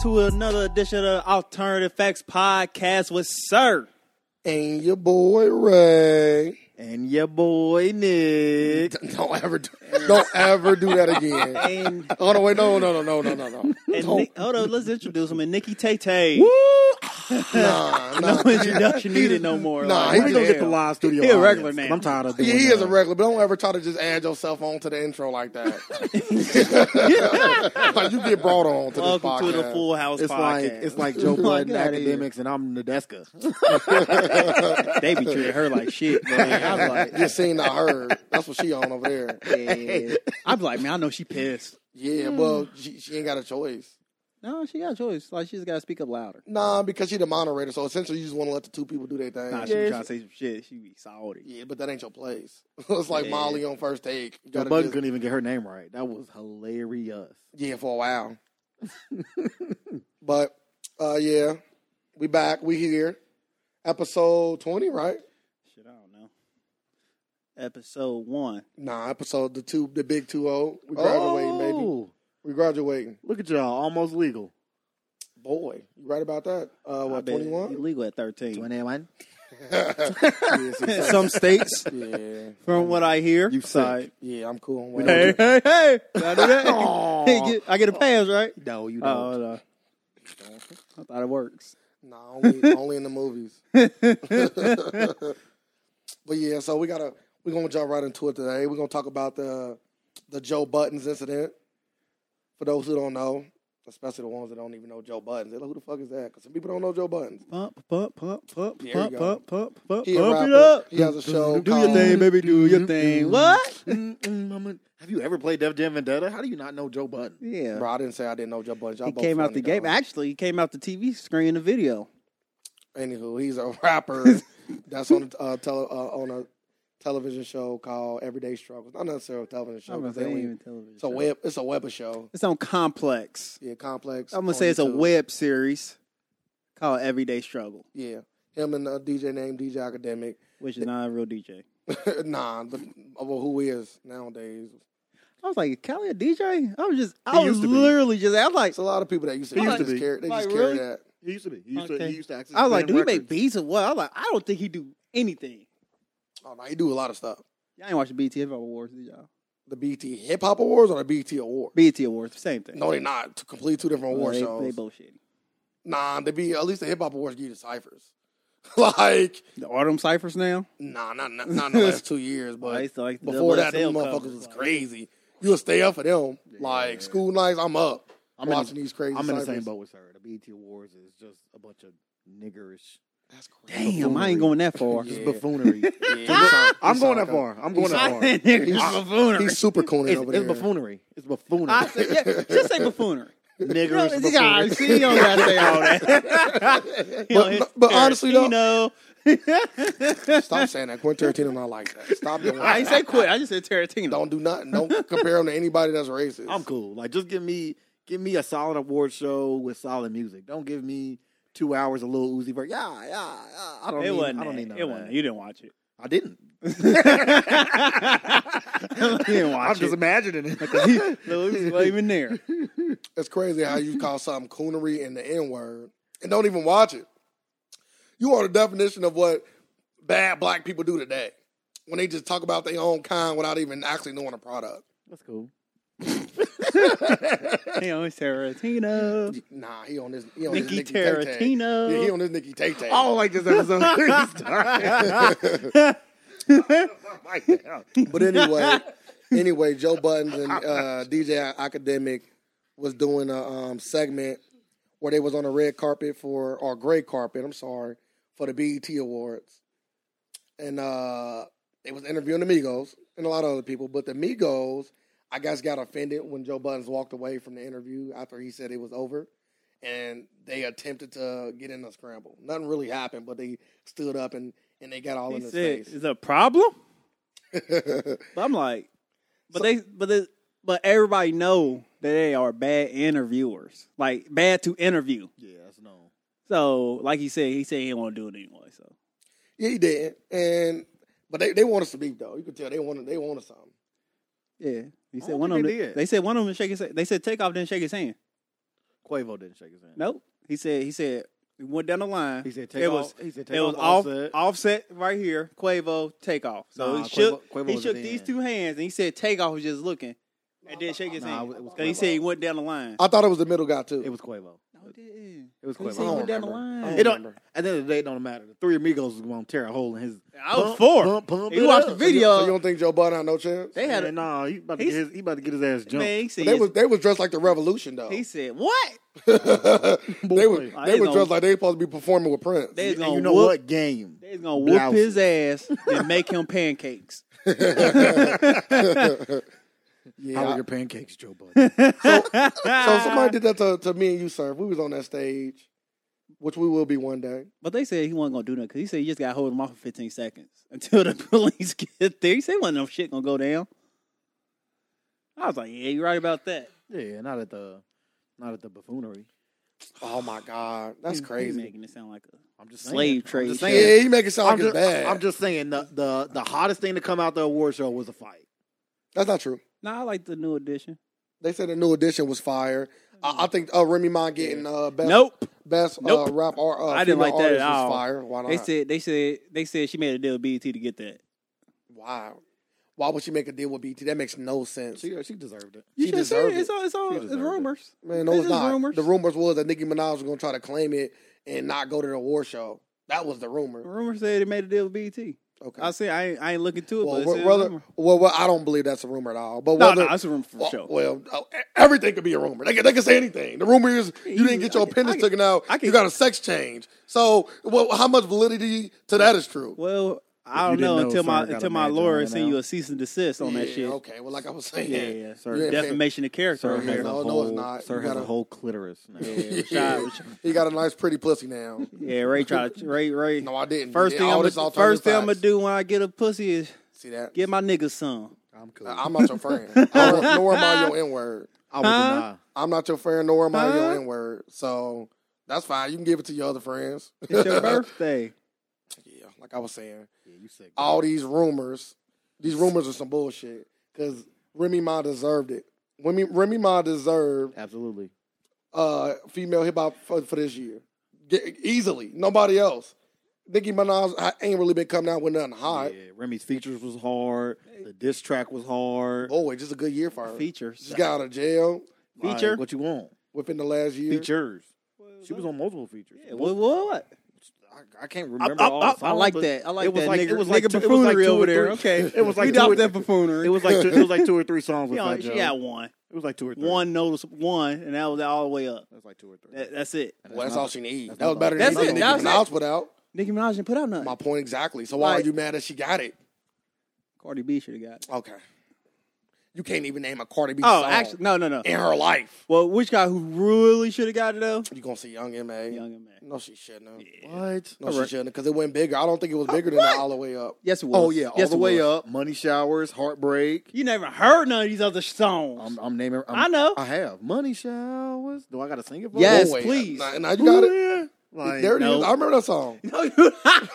to another edition of the Alternative Facts Podcast with Sir and your boy Ray. and your boy Nick. Don't ever, do, don't ever do that again. And, Oh no, wait, no, no, no, no, no, no, no. and Don't- Nick, hold on, let's introduce him. And Nikki Tay Tay. Nah, nah. No introduction needed no more. Nah, Like, he's We gonna Yeah. get the live studio. He a audience. regular man. I'm tired of doing Yeah, he is a that. regular, but don't ever try to just add yourself on to the intro like that. like you get brought on to this welcome to the podcast. Full House It's Podcast. like it's like Joe Like, Budden get outta here. academics, and I'm Nadeska. they be treating her like shit. Man. I'm like, You seen, I heard. That's what she on over there. yeah. I'm like, man, I know she pissed. Yeah, well, she, she ain't got a choice. No, she got a choice. Like, she just got to speak up louder. Nah, because she the moderator, so essentially you just want to let the two people do their thing. Nah, she yeah. be trying to say some shit. She be salty. but that ain't your place. it's like Yeah. Molly on first take. You Joe gotta Budden just- couldn't even get her name right. That was hilarious. Yeah, for a while. but uh yeah, we back. We here. Episode twenty, right? Shit, I don't know. Episode one. Nah, episode the two, the big two zero. We graduating, baby. Oh, We graduating. Look at y'all, almost legal. Boy, you right about that? Uh, I what bet twenty one? Illegal at 13. Twenty-one. Some states, Yeah, from what I hear. You side. sick. yeah, I'm cool. on whatever. Hey, hey, hey. Did I do that? Hey, no, get- I get a pass, right? you Oh, don't. no. I thought it works. Nah, only, only in the movies. but yeah, so we gotta we're gonna jump right into it today. We're gonna talk about the the Joe Buttons incident. For those who don't know, especially the ones that don't even know Joe Buttons, they're like, who the fuck is that? Because some people don't know Joe Buttons. Pump, pump, pump, pump, There you pump, go. pump, pump, pump, pump He a it rapper. up. He has a show Do your called- Mm-hmm. thing, baby. Do your thing. What? Mm-mm, I'm a- Have you ever played Def Jam Vendetta? How do you not know Joe Budden? Yeah. Bro, I didn't say I didn't know Joe Buttons. Y'all He both came out the funny, game. dog. Actually, he came out the TV screen, the video. Anywho, he's a rapper that's on a, uh, tele, uh, on a television show called Everyday Struggles. Not necessarily a television show. I'm gonna 'cause they say it don't ain't even- even television. it's a show. web. It's a web show. It's on Complex. Yeah, complex. I'm gonna on say it's a YouTube. web series called Everyday Struggle, Yeah, him and a DJ named DJ Academic. which is not a real DJ. nah, but well, who is nowadays? I was like, "Is Cali a DJ? I was just, I He was used to be. literally just, I was like, It's a lot of people that used to, He used to just be. carry. They Like, just carry really? that. He used to be. He used to- Okay. he used to access. I was like, do he make beats or what? I was like, I don't think he do anything. Oh no, he do a lot of stuff. Y'all ain't watching BT Hip Hop Awards, did y'all? The BT Hip Hop Awards or the BT Award? BT Awards, same thing. No, they not. Two- Complete two different Well, award they, shows. they both shitty. nah, they be at least the Hip Hop Awards give you the ciphers. like The Autumn Cyphers now. nah, not not, not in the last two years, Oh, I but used to like the before that, WSL them motherfuckers covers, was like- crazy. You would stay up for them. Like school nights, I'm up. I'm in the- watching these crazy. I'm in the same ciphers. boat with her. The BET Awards is just a bunch of niggerish That's crazy. Damn, I ain't going that far. just Yeah. buffoonery. Yeah, I'm you going sound that kinda- far. I'm going that far. That nigga's He's- buffoonery. He's super cooning It's, over it's there. buffoonery. It's I buffoonery. said, yeah, just say buffoonery. You know, Niggerish it's- yeah, buffoonery. see, you don't gotta say all that. You know, But- but honestly, though- Tarantino. Stop saying that. Quentin Tarantino not like that. Stop doing I ain't that. say quit. I just said Tarantino. Don't do nothing. Don't compare him to anybody that's racist. I'm cool. Like, just give me give me a solid award show with solid music. Don't give me two hours of Lil Uzi Vert. Yeah, yeah, yeah. I don't it need. wasn't. I don't that. need none it of wasn't. that. You didn't watch it. I didn't. you didn't watch I'm just it. imagining it. Lil Uzi wasn't even there. It's crazy how you call something coonery and the N word and don't even watch it. You are the definition of what bad black people do today when they just talk about their own kind without even actually knowing the product. That's cool. He on his Tarantino. Nah, he on this. He on Nicky this Nicky Tay Tay. Tarantino. Oh, Yeah, he on this Nicky Tay Tay. I don't like this episode. Please stop. Like, yeah. But anyway, anyway, Joe Buttons and uh, DJ Academic was doing a um, segment where they was on a red carpet for or gray carpet, I'm sorry, for the BET Awards, and uh, they was interviewing the Migos and a lot of other people. But the Migos, I guess, got offended when Joe Buttons walked away from the interview after he said it was over. And they attempted to get in a scramble. Nothing really happened, but they stood up and, and they got all He in his said, face. "Is a problem?" But I'm like, but they, but they, but everybody know that they are bad interviewers, like bad to interview. yeah, that's no. So, like he said, he said he didn't want to do it anyway. So, Yeah, he did. And but they, they want us to leave though. You can tell they wanted they wanted something. yeah, he I said don't one of think them. they They, did. said one of them didn't shake his. They said takeoff didn't shake his hand. Quavo didn't shake his hand. Nope. He said he said he went down the line. He said take it off. was he said take it was off, off. offset. offset right here. Quavo take off. So Nah, he shook Quavo- Quavo he was shook in. these two hands and he said take off was just looking and then shake his Nah, hand it was because he Quavo. said he went down the line. I thought it was the middle guy too. It was Quavo. No, it didn't. It was He Quavo. said he don't went down the remember. line. I It don't don't. remember. At the end of the day, it don't matter. The three amigos is gonna tear a hole in his. I was Pump, four. Pump, pump He it watched up. the video. so you don't think Joe Budden had no chance? they had Yeah, a nah, he about to get He's- his. He about to get his ass jumped. man. He said, They was they was dressed like the Revolution though. he said what? they was I they ain't was gonna- dressed like they supposed to be performing with Prince. They was And gonna you know whoop, what game? They was gonna whoop Blouses. his ass and make him pancakes. yeah, How I- are your pancakes, Joe Budden? so somebody did that to, to me and you, sir. We was on that stage, which we will be one day. But they said he wasn't gonna do nothing because he said he just got hold him off for 15 seconds until the police get there. He said wasn't no shit gonna go down. I was like, yeah, you're right about that. yeah, not at the, not at the buffoonery. Oh my God, that's He- he crazy. making it sound like a I'm just slave saying. I'm trade. just shit. saying. Yeah, he make it sound I'm like just, it's bad. I'm just saying the, the the hottest thing to come out the award show was a fight. that's not true. Nah, I like the new edition. They said the new edition was fire. I, I think uh, Remy Ma getting uh, best Nope. best uh, Nope. rap or uh, I didn't female like that at artist all. was fire. Why not? They said they said they said she made a deal with BT to get that. Wow. Why would she make a deal with BT? That makes no sense. She she deserved it. She You should see deserved it. it. It's all it's all She it's deserved it. rumors. Man, no, This it's is not. rumors. The rumors was that Nicki Minaj was gonna try to claim it and not go to the award show. That was the rumor. Rumors said they made a deal with BT. Okay. I said I ain't, I ain't looking to it, well, but wh- it's whether- rumor. well, well, I don't believe that's a rumor at all. But No, whether, no, that's a rumor for well, sure. well, oh, e- everything could be a rumor. They can, they can say anything. The rumor is you you- didn't get your I can- appendix I can- taken out. I can- you got a sex change. So, well, how much validity to that is true? Well, I don't you didn't know, know, until my Summer got a until my bad lawyer job send now. you a cease and desist on that Yeah, shit. Okay. Well, like I was saying, Yeah, yeah, sir. You ain't fin- Defamation of character. Sir right has there. a No, no, whole- it's not. sir You Sir has has gotta- a a whole clitoris. Now. Yeah, Rashad, he got a nice, pretty pussy now. yeah, Ray tried. to- Ray, Ray. No, I didn't. first thing All I'm this gonna alternative first thing I'm gonna facts. do when I get a pussy is See that? Uh, get my niggas some. I'm cool. I'm not your friend. I don't- nor am I your N word. I would Huh? deny. I'm not your friend, nor am I your Huh? N word. So that's fine. You can give it to your other friends. It's your birthday. yeah, like I was saying, Yeah, you sick. bro. all these rumors, these rumors are some bullshit. Because Remy Ma deserved it. Remy, Remy Ma deserved Absolutely. uh, female hip hop for, for this year Ge- easily. Nobody else. Nicki Minaj I ain't really been coming out with nothing hot. Yeah, Remy's features was hard. The diss track was hard. Boy, just a good year for her. Features. Just got out of jail Like, Feature? what you want? within the last year. Features. She was on multiple features. Yeah, what? what? I, I can't I, remember. I- all I- the I like songs, that. I but like it was that. Like, nigga, it was like nigga two- it was like buffoonery two or over there. three- Okay, It was like we two or dropped that three- buffoonery. It was like two, it was like two or three songs with Yeah, Fat she Joe. got one, It was like two or three. one notice, one, and that was all the way up. It was like two or three. That, that's it. And Well, that's not- all she needs. that's That was not- better than That's anything it. Nicki That was Minaj put out. Nicki Minaj didn't put out nothing. My point exactly. So why Like- are you mad that she got it? Cardi B should have got. It. Okay. You can't even name a Cardi B Oh, song actually, no, no, no. in her life. Well, which guy who really should have got it though? You gonna see Young M.A. Young and man. No, she shouldn't have. What? No, she shouldn't because it went bigger. I don't think it was bigger than what? the all the way up. Yes, it was. Oh yeah, all yes, the it way was. up. Money showers, heartbreak. You never heard none of these other songs. I'm, I'm naming. I'm, i know. I have money showers. Do I got to sing it? For Yes, Oh, wait. please. Now, now you got it. Yeah. Like, there it is. no. I remember that song. No, you-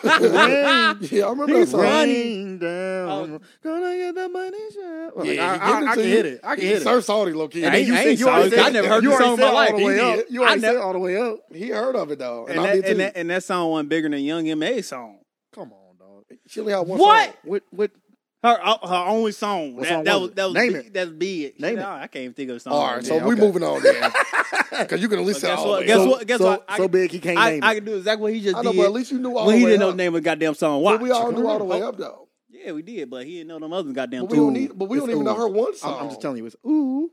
rain, Yeah, I remember that He's song. right. rain Oh. down. Gonna get the money shower. Like, Yeah, he I, I, giving I to can you. hit it. I can He hit it. Sir Salty, low key. And And they- he, I ain't already sorry. I never heard you this song already in my said all life. the way He up. did. You You already already said said- all the way up. he heard of it though, and, and, I that, did too. and, that, and that song wasn't bigger than Young M.A. song. Come on, dog. she only had one What? song. What? What? Her uh, her only song. What That, song that was was it? that was Name big, it. that's big. Name Shit, it. I I can't even think of a song. All right, so Yeah. we okay. moving on then, because you can at least But say guess all the what- way guess up. what- guess so, what? I- so big he can't I, name I it. can do exactly what he just I know, did. but at least you knew well, all the he way didn't know up. the name of the goddamn song. Why? But we all Come knew all the on. way up though. yeah, we did, but he didn't know them other goddamn But we don't two. need. But we It's don't even know ooh. her one I'm, song. I'm just telling you, it's ooh.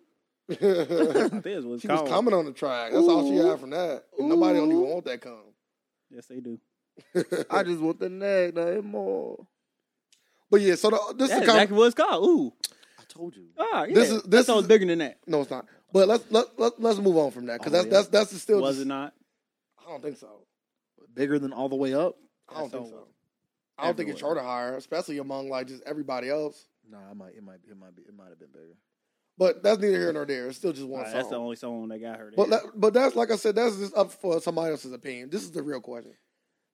That's what it's She called. was coming on the track. That's all she had from that. And Nobody don't even want that come. Yes, they do. I just want the neck, nothing more. But yeah, so the, this That's is the com- exactly what it's called. Ooh, I told you. ah, yeah. This This is- is this that song's is- bigger than that. no, it's not. But let's let, let let's move on from that because All that's, the way that's that's still Oh, Was just- it not? I don't think so. Bigger than all the way up. I don't That's think all. so. I don't think it's Everywhere. charter higher, especially among like just everybody else. Nah, I might, it might, it might be, it might have been bigger. But that's neither here nor there. It's still just one Nah, song. that's the only song that got her. But there. that, but that's like I said, that's just up for somebody else's opinion. This is the real question,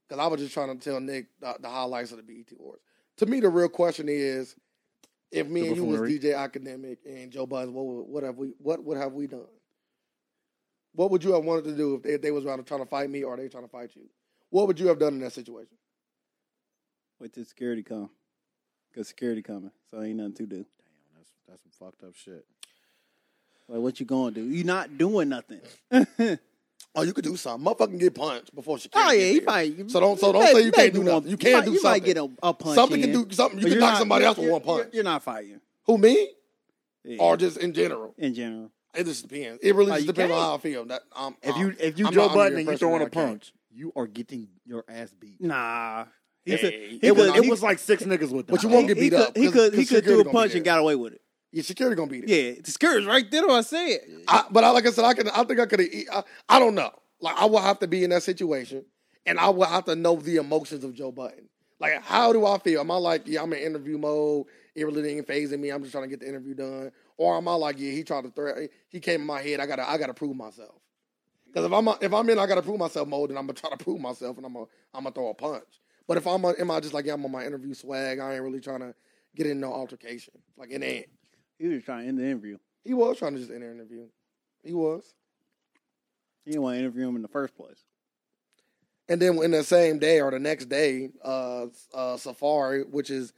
because I was just trying to tell Nick the, the highlights of the BET Awards. To me, the real question is, if me The and you was buffoonery. DJ Academic and Joe Buzz, what would- what have we what would have we done? What would you have wanted to do if they, if they was around trying to fight me or they trying to fight you? What would you have done in that situation? Wait till security come. Cause security coming, so ain't nothing to do. Damn, that's that's some fucked up shit. Like what you gonna do? You not doing nothing. Oh, you could do something. Motherfucking get punched before she. Oh yeah, he you probably. So don't- so you don't may- say you may can't do one- nothing. You might- can do You might something. get a, a punch. Something in, can do something. You but can you're knock not- somebody else you're- with one you're- punch. You're not fighting. Who me Yeah. or just in general? in general. It just depends. It really Oh, just you depends on can't. how I feel. That I'm, If I'm- you if you I'm Joe not under Button the and you impression throwing that a I can. punch, you are getting your ass beat. Nah. He Hey, said, he he could It was could- not- he it was like six niggas would die. But you won't get he beat could, up. He could he 'cause could do security a gonna be punch and there. got away with it. Yeah, security gonna beat it. Yeah, the security's right there. What I said. I, but I, like I said, I can. I think I could. I, I don't know. Like I will have to be in that situation, and I will have to know the emotions of Joe Button. Like, how do I feel? Am I like, yeah, I'm in interview mode. It really ain't phasing me. I'm just trying to get the interview done. Or am I like, yeah, he tried to threat. He came in my head. I gotta. I gotta prove myself. Because if I'm if I'm in, I gotta prove myself mode, then I'm gonna try to prove myself, and I'm gonna I'm gonna throw a punch. But if I'm on, am I just like, yeah, I'm on my interview swag. I ain't really trying to get in no altercation. Like it ain't. He was trying to end the interview. He was trying to just end the interview. He was. He didn't want to interview him in the first place. And then in the same day or the next day, uh, uh, Safari, which is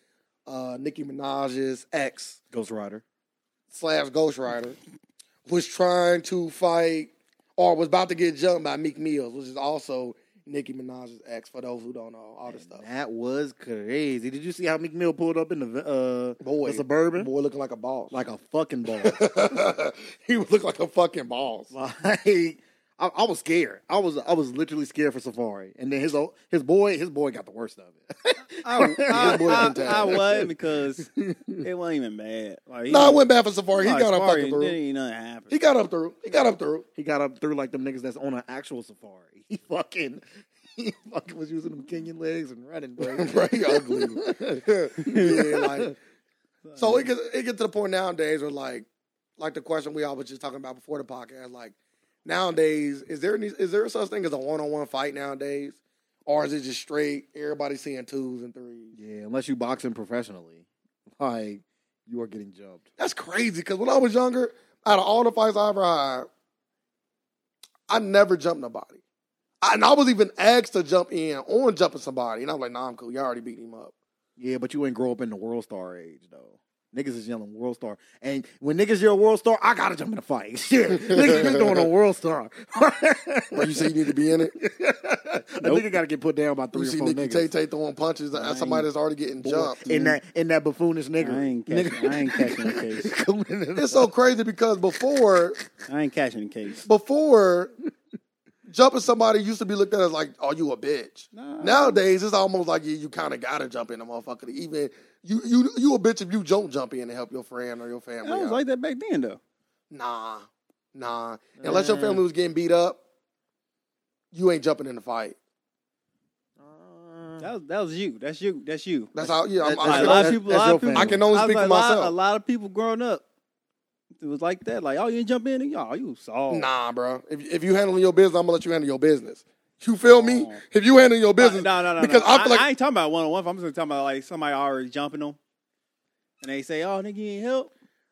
uh, Nicki Minaj's ex Ghost Rider. slash Ghost Rider, was trying to fight or was about to get jumped by Meek Mills, which is also Nicki Minaj's ex. For those who don't know, all this And stuff. That was crazy. Did you see how Meek Mill pulled up in the uh Boy, the suburban boy, looking like a boss. like a fucking ball? he looked like a fucking boss. like I, I was scared. I was I was literally scared for Safari. And then his old, his boy his boy got the worst of it. I, I, boy I- can tell. I wasn't because it wasn't even bad. Like, he No, nah, I was- went bad for Safari. He like, got up Safari, fucking Then through. ain't nothing happened. He got up through. He got up through. he got up through like them niggas that's on an actual safari. He fucking he fucking was using them Kenyan legs and running, bro. Pretty ugly. yeah, like so it gets it gets to the point nowadays where like like the question we all was just talking about before the podcast, like nowadays is there any is there such thing as a one on one fight nowadays? Or is it just straight everybody seeing twos and threes? Yeah, unless you boxing professionally, like you are getting jumped. That's crazy because when I was younger, out of all the fights I ever had, I never jumped nobody. I, and I was even asked to jump in on jumping somebody, and I was like, "Nah, I'm cool. You already beat him up." Yeah, but you ain't grow up in the world star age though. Niggas is yelling world star, and when niggas yell world star, I gotta jump in a fight. Shit, niggas been doing a world star. But you say you need to be in it. A nigga gotta get put down by three you or see four Nicky niggas. Tay Tay throwing punches at somebody that's already getting jumped. in that in that buffoonish nigga. I ain't catching. I ain't catching the case. It's so crazy because before I ain't catching the case. before jumping somebody used to be looked at as like, "Oh, you a bitch." Nah. Nowadays, it's almost like you, you kind of gotta jump in the motherfucker. To even you you you a bitch if you don't jump in to help your friend or your I family. was out. like that back then though. nah, nah. Unless your Uh. family was getting beat up, you ain't jumping in the fight. That was, that was you. That's you. That's you. That's how. Yeah, I'm, That- Like, a I, that's- lot of that's- people. A that's lot your of people. I can only I was speak like, for a lot- A myself. lot of people growing up, it was like that. Like, oh, you didn't jump in, y'all, you soft. Nah, bro. If if you handling your business, I'm gonna let you handle your business. You feel me? If you handle your business, No, no, no. because no. I feel like I, ain't talking about one on one. I'm just talking about like somebody already jumping them, and they say, "Oh, nigga, you ain't help."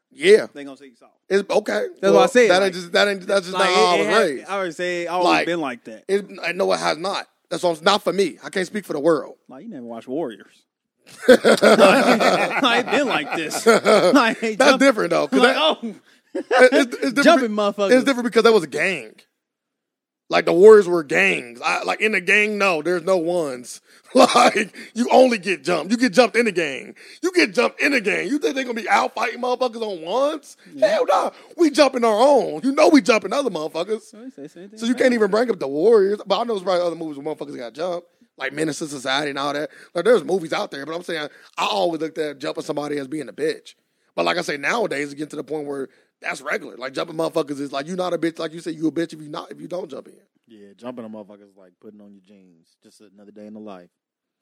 yeah, They gonna say you soft. it's okay. That's what I said, That like- ain't just that ain't that's just Like, not how oh, I was had- raised. I already say it always Like- been like that. It- I know it has not. That's what's not for me. I can't speak for the world. Like you never watched Warriors. I ain't been like this. I ain't That's jumping- different though. 'cause Like, that- oh, it- it's, it's different. jumping, It's motherfucker. different because that was a gang. Like the Warriors were gangs. I, like in the gang, no, there's no ones. Like you only get jumped. You get jumped in the gang. You get jumped in the gang. You think they're gonna be out fighting motherfuckers on ones? Hell no. We jumping our own. You know we jumping other motherfuckers. So you can't even bring up the Warriors. But I know there's probably other movies where motherfuckers got jumped, like Menace to Society and all that. Like there's movies out there, but I'm saying I always looked at jumping somebody as being a bitch. But like I say, nowadays it gets to the point where that's regular. Like jumping motherfuckers is like you not a bitch. Like you said, you a bitch if you not if you don't jump in. Yeah, jumping on motherfuckers like putting on your jeans. Just another day in the life.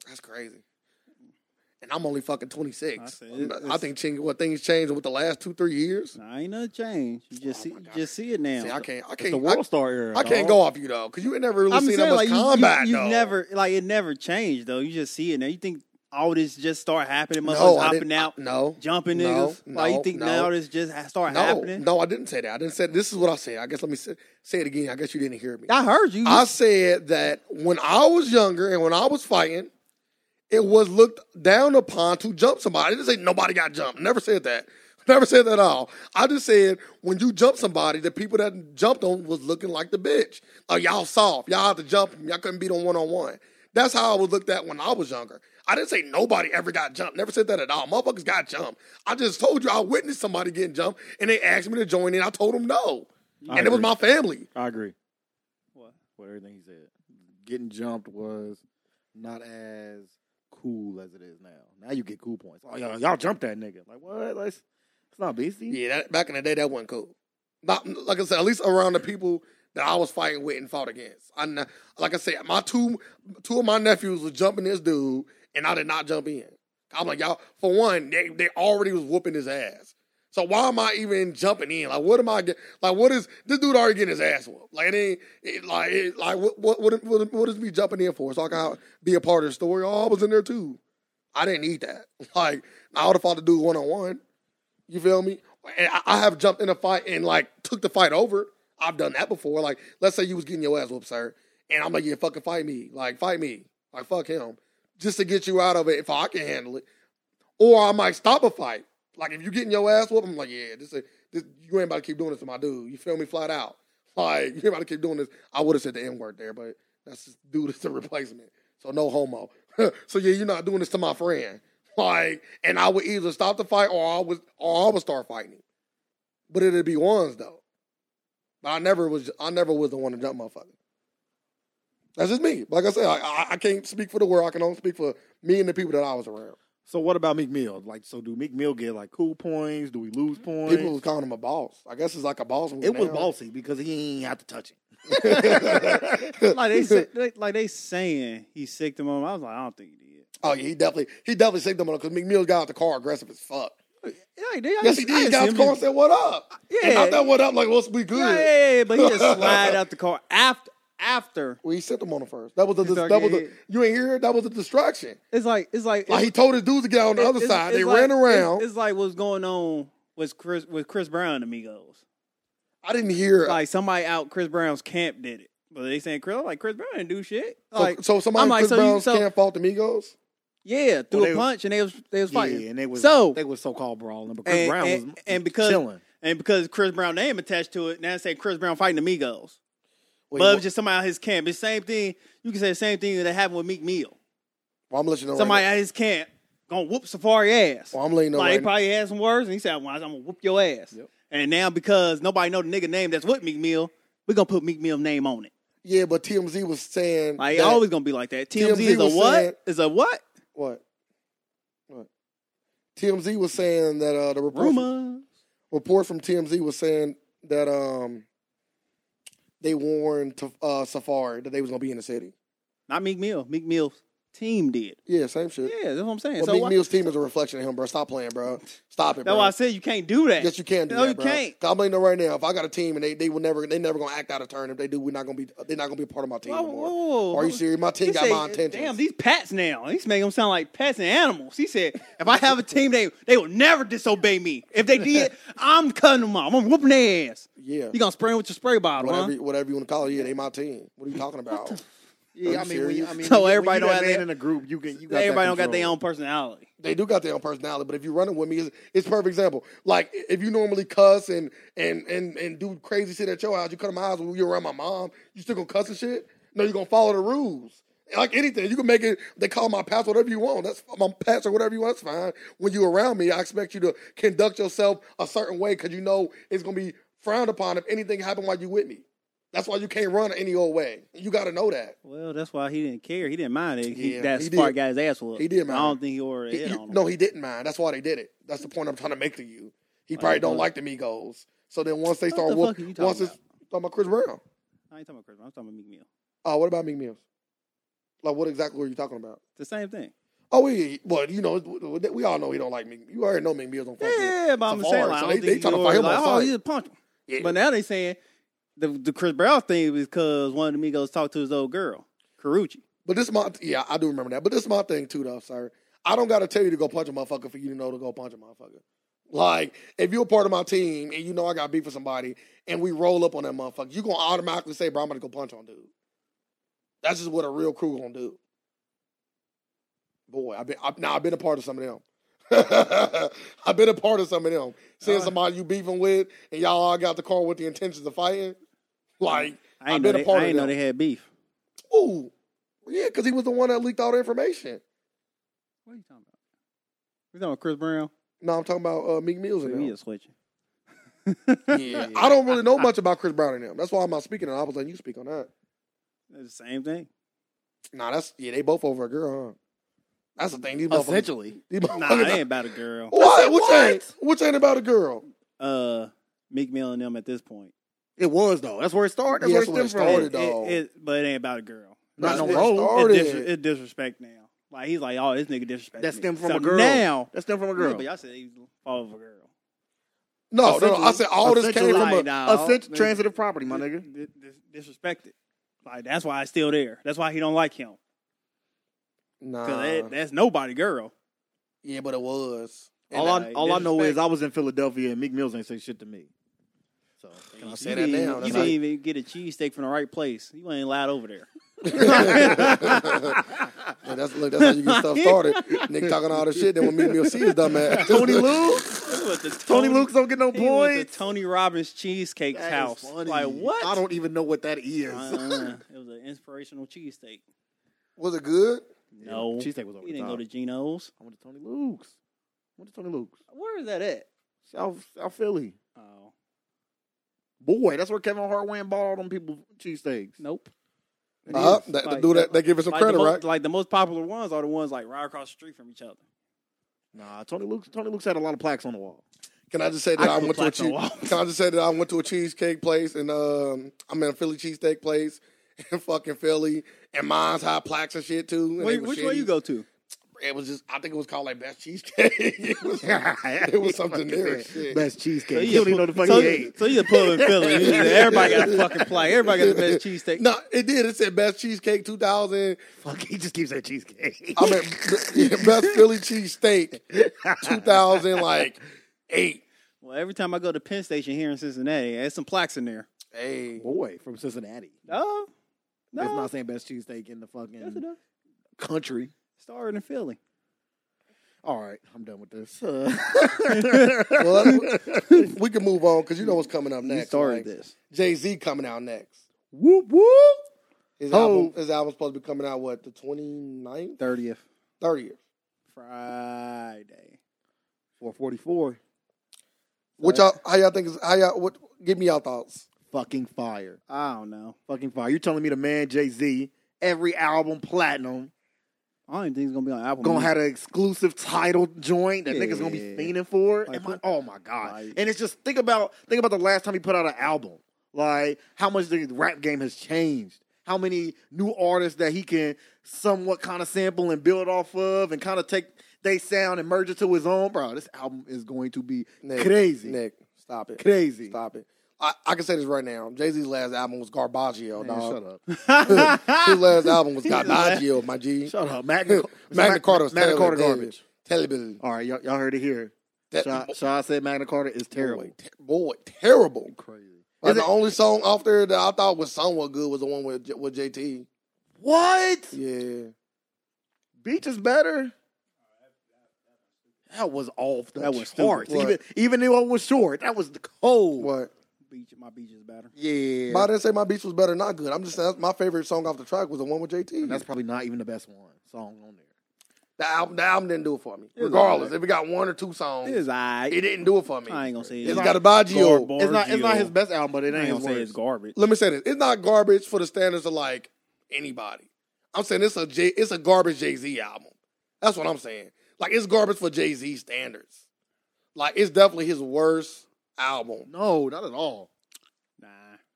That's crazy. And I'm only fucking 26. I, I said, it- think ching- what things changed with the last two three years. Nah, ain't nothing changed. You just Oh see, my God. just see it now. See, I can't. I It's can't. the I, world star era. I can't dog. go off you though, because you ain't never really I'm seen that saying much like you, combat. you, though. have never like it never changed though. You just see it now. You think all this just start happening? Motherfuckers No, I hopping didn't. out, No, jumping No, niggas. like you no, think no. now this just ha- start no, happening? no. I didn't say that. I didn't say. This is what I said. I guess let me say, say it again. I guess you didn't hear me. I heard you. I said that when I was younger and when I was fighting, it was looked down upon to jump somebody. I didn't say nobody got jumped. Never said that. Never said that at all. I just said when you jump somebody, the people that jumped on was looking like the bitch. Oh, y'all soft. Y'all had to jump 'em. Y'all couldn't beat on one on one. That's how I was looked at when I was younger. I didn't say nobody ever got jumped. Never said that at all. Motherfuckers got jumped. I just told you I witnessed somebody getting jumped, and they asked me to join in. I told them no, I and it was agree. my family. I agree. What? With everything he said, getting jumped was not as cool as it is now. Now you get cool points. Oh, y'all, y'all jumped that nigga. Like what? Let's. It's not beastie. Yeah, that, back in the day, that wasn't cool. Not like I said, at least around the people that I was fighting with and fought against. I kn- like I said, my two two of my nephews was jumping this dude, and I did not jump in. I'm like, y'all. For one, they they already was whooping his ass. So why am I even jumping in? Like, what am I get? Like, what is this dude already getting his ass whooped? Like, it ain't it, like it, like what what what what, what is me jumping in for? So I can be a part of the story. Oh, I was in there too. I didn't need that. Like, I would have fought the dude one on one. You feel me? And I, I have jumped in a fight and like took the fight over. I've done that before. Like, let's say you was getting your ass whooped, sir, and I'm like, yeah, fucking fight me. Like, fight me. Like, fuck him, just to get you out of it if I can handle it. Or I might stop a fight. Like, if you getting your ass whooped, I'm like, yeah, this, is this you ain't about to keep doing this to my dude. You feel me? Flat out. Like, you ain't about to keep doing this. I would have said the n word there, but that's just, dude is the replacement. So no homo. so yeah, you're not doing this to my friend. Like, and I would either stop the fight or I would or I would start fighting. him. But it'd be ones though. But I never was I never was the one to jump motherfucker. That's just me. Like I said, I, I, I can't speak for the world. I can only speak for me and the people that I was around. So what about Meek Mill? Like, so do Meek Mill get like cool points? Do we lose points? People was calling him a boss. I guess it's like a boss. move it was now. bossy because he ain't have to touch it. like they, say, they like they saying he sick the moment. I was like, I don't think he did. Oh yeah, he definitely he definitely signed them because McMill got out the car aggressive as fuck. Yeah, he did. I Yes, he just- did. I He just got out seen the car him and said, "What up?" Yeah. and I thought, "What up?" Like, "What's we good?" Yeah, yeah, yeah, but he just slide out the car after after. Well, he sent them on him first. That was the He's like, that was yeah, the yeah. you ain't hear it? That was a distraction. It's like it's like Like he it's- told his dudes to get out on the other it's- side. it's They like- ran around. It's, it's like what's going on with Chris with Chris Brown amigos. I didn't hear. it. Like somebody out Chris Brown's camp did it, but they saying Chris I'm like Chris Brown didn't do shit. so, Like so somebody I'm like, Chris so you- Brown's so- can't fault Amigos. yeah, threw Well, they- a punch and they was they was fighting. Yeah, and they was so they was so called brawling, but Chris and- Brown was and- and because- chilling. and because Chris Brown name attached to it, now they say Chris Brown fighting amigos. Wait, but it was wh- just somebody out his camp. It's the same thing. You can say the same thing that happened with Meek Mill. well, I'm letting you know. Somebody right out his camp gonna whoop Safari ass. now. Well, I'm letting you know. like he right now. probably had some words, and he said, well, "I'm gonna whoop your ass." Yep. And now because nobody know the nigga name that's with Meek Mill, we gonna put Meek Mill name on it. Yeah, but TMZ was saying Like that- always gonna be like that. TMZ, TMZ is a was what? saying- Is a what? what? What? TMZ was saying that uh, the report from, Rumor. report from TMZ was saying that um they warned to, uh, Safari that they was gonna be in the city. Not Meek Mill. Meek Mill's team did. Yeah, same shit. Yeah, that's what I'm saying. But so Meek why- Mill's team is a reflection of him, bro. Stop playing, bro. Stop that's it, bro. why I said you can't do that. Yes, you can do No, that, you bro. can't. 'Cause I'm letting you know right now. If I got a team and they, they will never they never gonna act out of turn. If they do, we're not gonna be they're not gonna be a part of my team Oh, Whoa, anymore. whoa, whoa. Are you serious? My team He got said, my intentions. Damn, these pets now. He's making them sound like pets and animals. He said, if I have a team, they they will never disobey me. If they did, I'm cutting them off. I'm whooping their ass. yeah, You gonna spray 'em with your spray bottle, whatever huh? whatever you want to call it. Yeah, they my team. What are you talking about? Yeah, I mean, when you- I serious? mean, So when you- everybody when you don't that have man their- in a group. You can, you got Everybody that don't got their control. own personality. they do got their own personality, but if you're running with me, it's, it's perfect example. Like if you normally cuss and and and and do crazy shit at your house, you cut my eyes when you around my mom. You still gonna cuss and shit? No, you are gonna follow the rules. Like anything, you can make it. They call my past whatever you want. That's my past or whatever you want. That's fine. When you around me, I expect you to conduct yourself a certain way because you know it's gonna be frowned upon if anything happened while you with me. That's why you can't run any old way. You got to know that. Well, that's why he didn't care. He didn't mind it. He, Yeah, that he spark did. got his ass whooped. He did I don't mind. think he ordered He- it he- on him. no, he didn't mind. That's why they did it. That's the point I'm trying to make to you. He probably don't look. like the Migos. So then once they What start the whoop, fuck are you talking once it's talking about Chris Brown. I ain't talking about Chris. Brown. I'm talking about Meek Mill. Oh, what about Meek Mills? Like, what exactly were you talking about? It's the same thing. Oh, we well, you know, we all know he don't like Meek. You already know Meek Mills don't fuck with him. Yeah, but I'm Safari, saying like, so I they- don't they think tryna he fight ordered, him like, on oh, site. he's a punch. Yeah. But now they saying the the Chris Brown thing was because one of the Migos talked to his old girl, Carucci. But this is my yeah, I do remember that. But this is my thing too, though, sir. I don't got to tell you to go punch a motherfucker for you to know to go punch a motherfucker. Like, if you're a part of my team and you know I got beef with somebody and we roll up on that motherfucker, you're going to automatically say, bro, I'm going to go punch on dude. That's just what a real crew going to do. Boy, I've been, I, now I've been a part of some of them. I've been a part of some of them. Seeing Uh. somebody you beefing with and y'all all got the car with the intentions of fighting. Like, I I've ain't know been a they, part I of ain't know them. they had beef. ooh, yeah, because he was the one that leaked all the information. What are you talking about? You talking about Chris Brown? No, I'm talking about uh, Meek Mills See, and we them. just switching. Yeah. I don't really know much about Chris Brown and them. That's why I'm not speaking. And I was letting you speak on that. It's the same thing. Nah, that's yeah. They both over a girl, huh? That's the thing. These motherfuckers. Essentially, These Nah, it motherfuckers ain't about a girl. what? said, Which what? ain't? Which ain't about a girl? Uh, Meek Mill and them at this point. it was though. That's where it started. That's Yeah, where that's where it it It- started. stemmed from. it- dog. it- but it ain't about a girl. Not That's no where it role. It started. dis- it's disrespect now. Like he's like, oh, this nigga disrespect. That me. stemmed from So a girl. Now, That's stemmed from a Yeah, girl. but y'all said he fall for a girl. No, no, no. I said all this came Essentially. from Like, a. nah, Essential this- transitive property, my nigga. Dis- dis- disrespected. Like that's why it's still there. That's why he don't like him. Cause Nah. that, that's nobody girl. Yeah, but it was. And All I like, all I know disrespect. is I was in Philadelphia and Meek Mills ain't say shit to me. So Can I you say that didn't- now? You That's didn't even get a cheesesteak from the right place. You ain't allowed over there. Yeah, that's look. That's how you get stuff started. Nick talking all this shit. Then when Meek Mill see his dumb ass. Tony Luke, He went to Tony Luke's don't get no he went to points. Tony Robbins Cheesecake That is House. funny. Like what? I don't even know what that is. Uh, it was an inspirational cheesesteak. Was it good? No, cheesesteak was over He the didn't go top. to Geno's. I went to Tony Luke's. I went to Tony Luke's. Where is that at? South South Philly. Oh, Boy, that's where Kevin Hart went and bought all them people cheesesteaks. nope. Uh-huh. Uh, is. that, Like, do that. They give us some Like the, credit, most, right? like the most popular ones are the ones like right across the street from each other. Nah, Tony Luke's Tony Luke's had a lot of plaques on the wall. Can I just say that I, I went to a put cheese? plaques on walls. Can I just say that I went to a cheesecake place and um, I'm in a Philly cheesesteak place in fucking Philly, and mine's high plaques and shit too. and they Wait, was which shitty. way you go to? It was just I think it was called like best cheesecake. it was, it was some generic shit. Best cheesecake. you you don't even know the just- fuck so, he ate. So you just pull in Philly. You just- everybody got a fucking plate. Everybody got the best cheesesteak. No, it did. It said best cheesecake 2000. Fuck, he just keeps saying cheesecake. I mean, b- best Philly cheesesteak 2000 like eight. Well, every time I go to Penn Station here in Cincinnati, there's some plaques in there. Hey, Boy from Cincinnati. Oh. No, no, That's not saying best cheesesteak in the Yes, it fucking does. country. Started in Philly. All right, I'm done with this. Uh, well, we can move on because you know what's coming up You next. started right? this. Jay Z coming out next. whoop whoop. His Oh. album, his album's supposed to be coming out what the 29th, Thirtieth 30th, Friday. 444. which y'all, how y'all think is how y'all what? Give me y'all thoughts. Fucking fire. I don't know. Fucking fire. You're telling me the man Jay Z, every album platinum, I don't even think it's gonna be on Apple. Mm. gonna Music. have an exclusive title joint that niggas gonna be Yeah. fiending for. Like, Am I- oh my god! like- and it's just think about think about the last time he put out an album. Like how much the rap game has changed. How many new artists that he can somewhat kind of sample and build off of, and kind of take they sound and merge it to his own. Bro, this album is going to be Nick, crazy, Nick, stop it. crazy. Stop it. I, I can say this right now. Jay Z's last album was Garbaggio, Man, dog. shut up, His last album was Garbaggio, my G. shut up. Magna, Magna Carta was Magna Carta terrible. garbage. Television. All right, y'all, y'all heard it here. That- Shaw, Shaw said Magna Carta is terrible. Boy, te- boy, terrible. Crazy. Like, Is the it- only song off there that I thought was somewhat good was the one with J- with JT. What? Yeah. Beach is better. That was off the That was stupid. charts. What? Even even though it was short, that was the cold. What? beach. My beach is better. Yeah, But I didn't say my beats was better, not good. I'm just saying that's my favorite song off the track was the one with JT. And that's probably not even the best one song on there. the album. The album didn't do it for me. It's Regardless, alright. if it got one or two songs, It is it alright. didn't do it for me. I ain't gonna say It's it's, got a Baggio. Garbo- It's not it's not Ordeal. his best album, but it I ain't ain't gonna his say it's worst. garbage. Let me say this: it's not garbage for the standards of like anybody. I'm saying it's a J, it's a garbage Jay Z album. That's what I'm saying. Like it's garbage for Jay Z standards. Like it's definitely his worst album. No, not at all. Nah,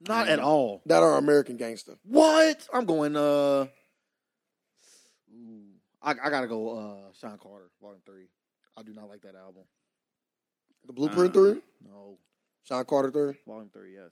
Not Mm. at all. That are American Gangster. What? I'm going. uh ooh, I, I gotta go. uh Sean Carter, Volume Three. I do not like that album. The Blueprint Uh. Three, No, Sean Carter Three. Volume Three. Yes.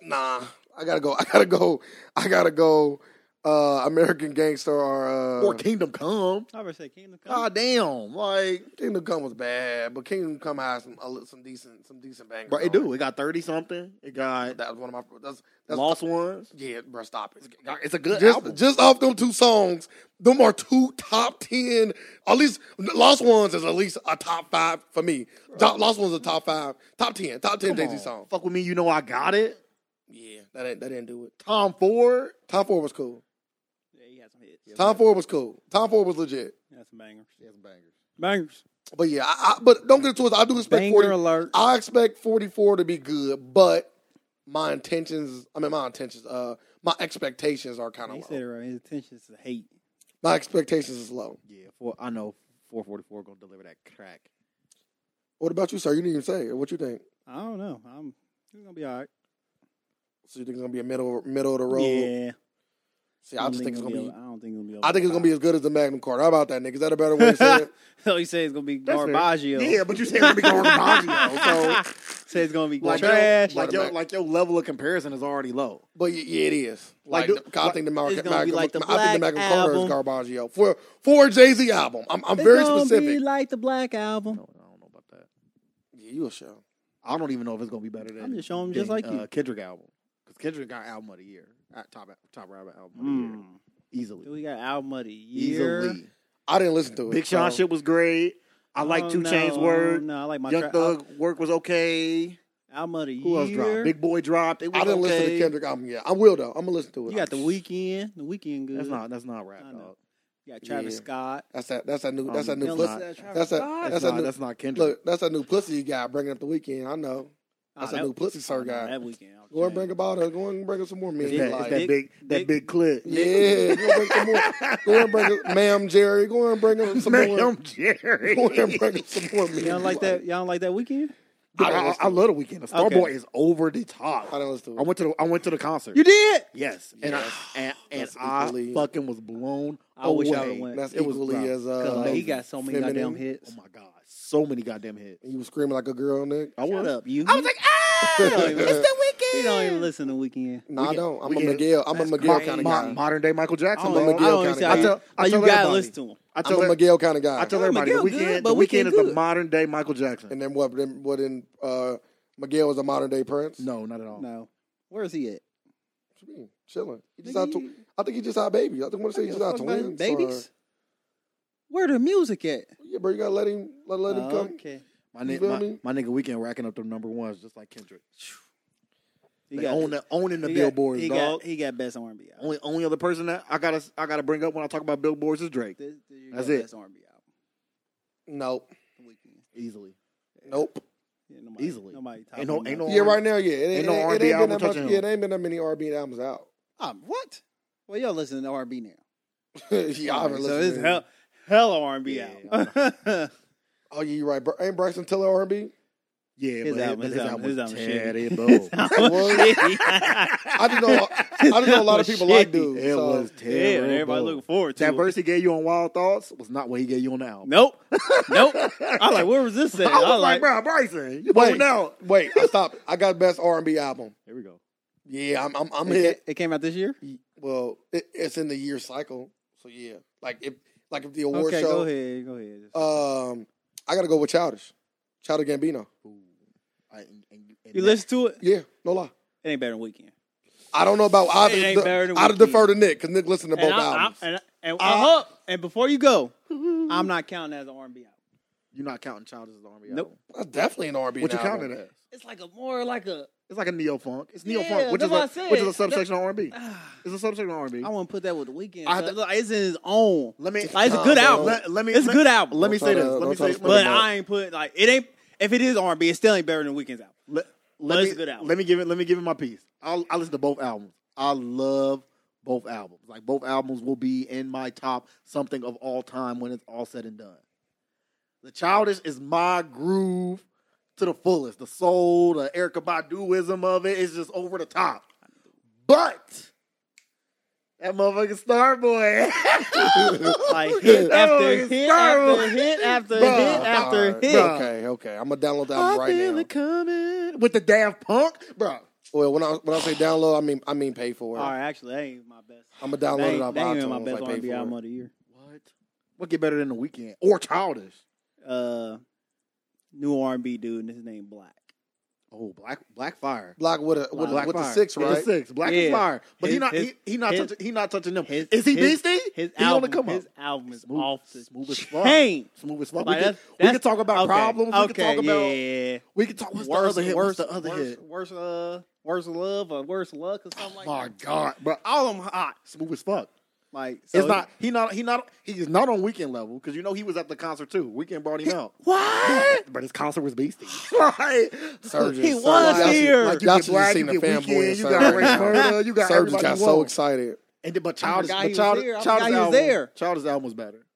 Nah, I gotta go. I gotta go. I gotta go. uh, American Gangster or uh, or Kingdom Come. I would say Kingdom Come. God damn, like, Kingdom Come was bad, but Kingdom Come has some uh, some decent some decent bangers. bro, on it do. It got thirty something. It got That was one of my that's that's Lost Ones. Yeah, bro, stop it. It's a good just album. just off them two songs, them are two top ten. At least Lost Ones is at least a top five for me. Top, Lost Ones is a top five, top ten, top ten Come Daisy on. song. Fuck with me, you know I got it. Yeah, that ain't, that didn't do it. Tom Ford. Tom Ford was cool. Yeah, he had some hits. Tom Ford was cool. Tom Ford was legit. He had some bangers. Yeah, some bangers. Bangers. But yeah, I, I, but don't get it twisted. I do expect Banger forty. alert. I expect forty four to be good, but my intentions. I mean, my intentions. Uh, my expectations are kind He of said it low. right. His attention is hate. My expectations is low. Yeah, four, I know. Four forty four gonna deliver that crack. What about you, sir? You didn't even say. it. What you think? I don't know. I'm he's gonna be all right. So you think it's gonna be a middle middle of the road? Yeah. See, I just think it's it'll gonna be. over- I don't think it's gonna be. Over I think it's gonna be as good as the Magnum Carta. How about that, nigga? Is that a better way to say it? so he said Oh, it's gonna be That's fair. Garbaggio. Yeah, but you said it's gonna be Garbaggio. So Said it's gonna be like, trash. Your, like your like your level of comparison is already low. But y- yeah, it is. Like, Like, the- I like, think the Mar- it's gonna be Magnum, like the I think the Black Magnum Carta is Album. Garbaggio for for Jay Z album. I'm, I'm It's very gonna specific. Be like the Black album. No, I don't know about that. yeah, you a show. I don't even know if it's gonna be better than. I'm just showing 'em just than, like you. uh, Kendrick album because Kendrick got album of the year, Uh, top top rapper album of the year Mm. easily, We got album of the year. easily. I didn't listen to it. Big Sean so- shit was great. I like Oh, Two no, Chains oh, work. No, I like my Young tra- uh, Thug work was okay. album of the Who else dropped? year. Big Boy dropped. It was I didn't okay. listen to Kendrick album yet. I will though. I'm gonna listen to it. You got the weekend. The weekend good. That's not that's not rap. I know. Dog. You got Travis Yeah. Scott. That's that. That's that new. Um, That's that You new. don't it's Pussy. listen to that That's Travis that- Scott? That's, That's a not new- that's not Kendrick. Look, that's that new pussy you got bringing up the weekend. I know. Ah, That's a that- new pussy sir oh, no, guy. That weekend. I was Go and bring changed. about it. Go and bring us some more it's music. that, like- it's that big that Dick- big clip. Yeah, go bring some more. Go and bring, us- ma'am Jerry. Go and bring him some more. Ma'am Jerry. Go and bring him some more. Music. Y'all don't like that? Y'all don't like that weekend? I, I didn't I, listen I to love the weekend. The Starboy Okay. is over the top. I didn't listen to I it. went to the I went to the concert. did. yes, and Yes. I and, and That's I equally- fucking was blown I away. wish I would've went. That's It was equally rough. as uh, Cause man, Oh, he got so many feminine. goddamn hits. Oh my god, so many goddamn hits. You were screaming like a girl, Nick. I Shut was. up, you. I was like, ah, He it's don't the even- weekend. he don't even listen to weekend. No, I get- don't. I'm we a get- Miguel. I'm a that's Miguel crazy. kind of Mo- guy. modern day I Michael Jackson. don't, I'm a even- I dog. Miguel don't even say kinda guy. I tell, I tell you gotta everybody. listen to him. I I'm tell, a her, Miguel kind of I guy. tell Oh, everybody the Miguel good, weekend. the but weekend, Weekend is the good. modern day Michael Jackson. And then what? Then what? In uh, Miguel was a modern day Prince. no, not at all. No, where is he at? What you mean? Chilling. He just Nigga, had tw- you- I think he just had babies. I think want to say he Give just a had fuck about them twins. babies. Where the music at? or- yeah, bro. You gotta let him let, let him Oh, come. Okay. My, You ni- feel my, me? my nigga weekend racking up the number ones just like Kendrick. He They got- own the, owning the he got- billboards, he dog. Got, he got best R&B. album. only only other person that I gotta I gotta bring up when I talk about billboards is Drake. This- this year That's got it. Best R&B album. Nope. The Weeknd. Easily. Nope. Yeah, nobody, Easily. Nobody Ain't no- ain't no- Yeah, right now, yeah. It ain't, Ain't no it ain't R&B been album that much- touching him. Yeah, there ain't been that many R&B albums out. Um, what? Well, y'all listening to R&B now. yeah, I so haven't listened. it's to him. hell, hell R&B Yeah, album. Oh yeah, you're right. Br- Ain't Bryson Tiller R&B? Yeah, His but album- his, his album- his his album album was shit. terrible. Oh. I didn't know. I didn't know a lot of people like dude. it so- was Yeah, terrible. everybody looking forward to that it. verse he gave you on Wild Thoughts was not what he gave you on the album. Nope, nope. I like. Where was this at? I was I like, like. bro, Bryson, you Wait. wait out. Wait, I stopped. I got best R and B album. Here we go. Yeah, I'm. I'm, I'm it, hit. ca- it came out this year. Well, it, it's in the year cycle, so yeah. Like if, like if the award Okay, show, go ahead, go ahead. um, I gotta go with Childish, Childish Gambino. Ooh. I, and, and, and you that- listen to it. Yeah, no lie. It ain't better than Weekend. I don't know about I. ain't better The, than I'd Weeknd. defer to Nick because Nick listened to both and I, I, albums. and, I- and, I- I hope- and before you go, I'm not counting that as an R&B album. You're not counting Childish as the R&B Nope. album. That's definitely an R and B. What you counting it as? It's like a more like a. It's like a neo funk. It's neo Yeah, funk, which that's is what I a, said. which is a That- subsection of R&B. I It's a subsection of R&B. want to put that with the Weekend. I had to- it's in his own. Let me. Like, it's Nah, a good bro. album. Let, let me. it's a let- good album. Let me Don't say try this. to- Let me don't say. try to Let but me, up. I ain't put like it ain't. If it is R&B, it's still ain't better than Weekend's album. let, but let, it's me, a good album. let me give it. Let me give it my piece. I'll, I listen to both albums. I love both albums. Like both albums will be in my top something of all time when it's all said and done. The Childish is my groove to the fullest. The soul, the Erica Baduism of it is just over the top. But that motherfucking Starboy. Like hit That after was hit terrible. after hit after Bruh. hit after Alright, hit. Okay, okay. I'm gonna download the I album right feel now. it coming with the Daft Punk, bro. Well, when I when I say download, I mean I mean pay for it. All right, actually, that ain't my best. I'm gonna download That it ain't, off that ain't even iTunes. my if best I pay R&B for album it. of the year. What? What get better than the weekend or childish? Uh, new R&B dude, and his name Black. Oh, black black fire. Block with a with, Black with the Fire. six, With right? The six, black Yeah. is fire. But he His- not his- he, he not his- touching he not touching them. his- is he his- beastie? His he album, on the come up. his album is Smooth- off the smooth as fuck. chain. Smooth as fuck. Like, we, can, that's- we can that's- talk about okay, problems. We okay, can talk about. yeah. We can talk. What's the other hit? What's the other hit? Worse, uh, worse love or worse luck or something like My that. God, bro, all of them hot. Smooth as fuck. Like it's not. He not. He not. He's not on weekend level because you know he was at the concert too. Weekend brought him out. What? But his concert was beastie. like, Surgeon, He was Y'all should- here. Like, you y'all get should have black, seen you the get fanboy. weekend, you got Ray Murda, you got Surgeon got everybody so won. excited. And then, but Childish, forgot he but was Childish, there. I forgot Childish he was album, there. Childish album was better.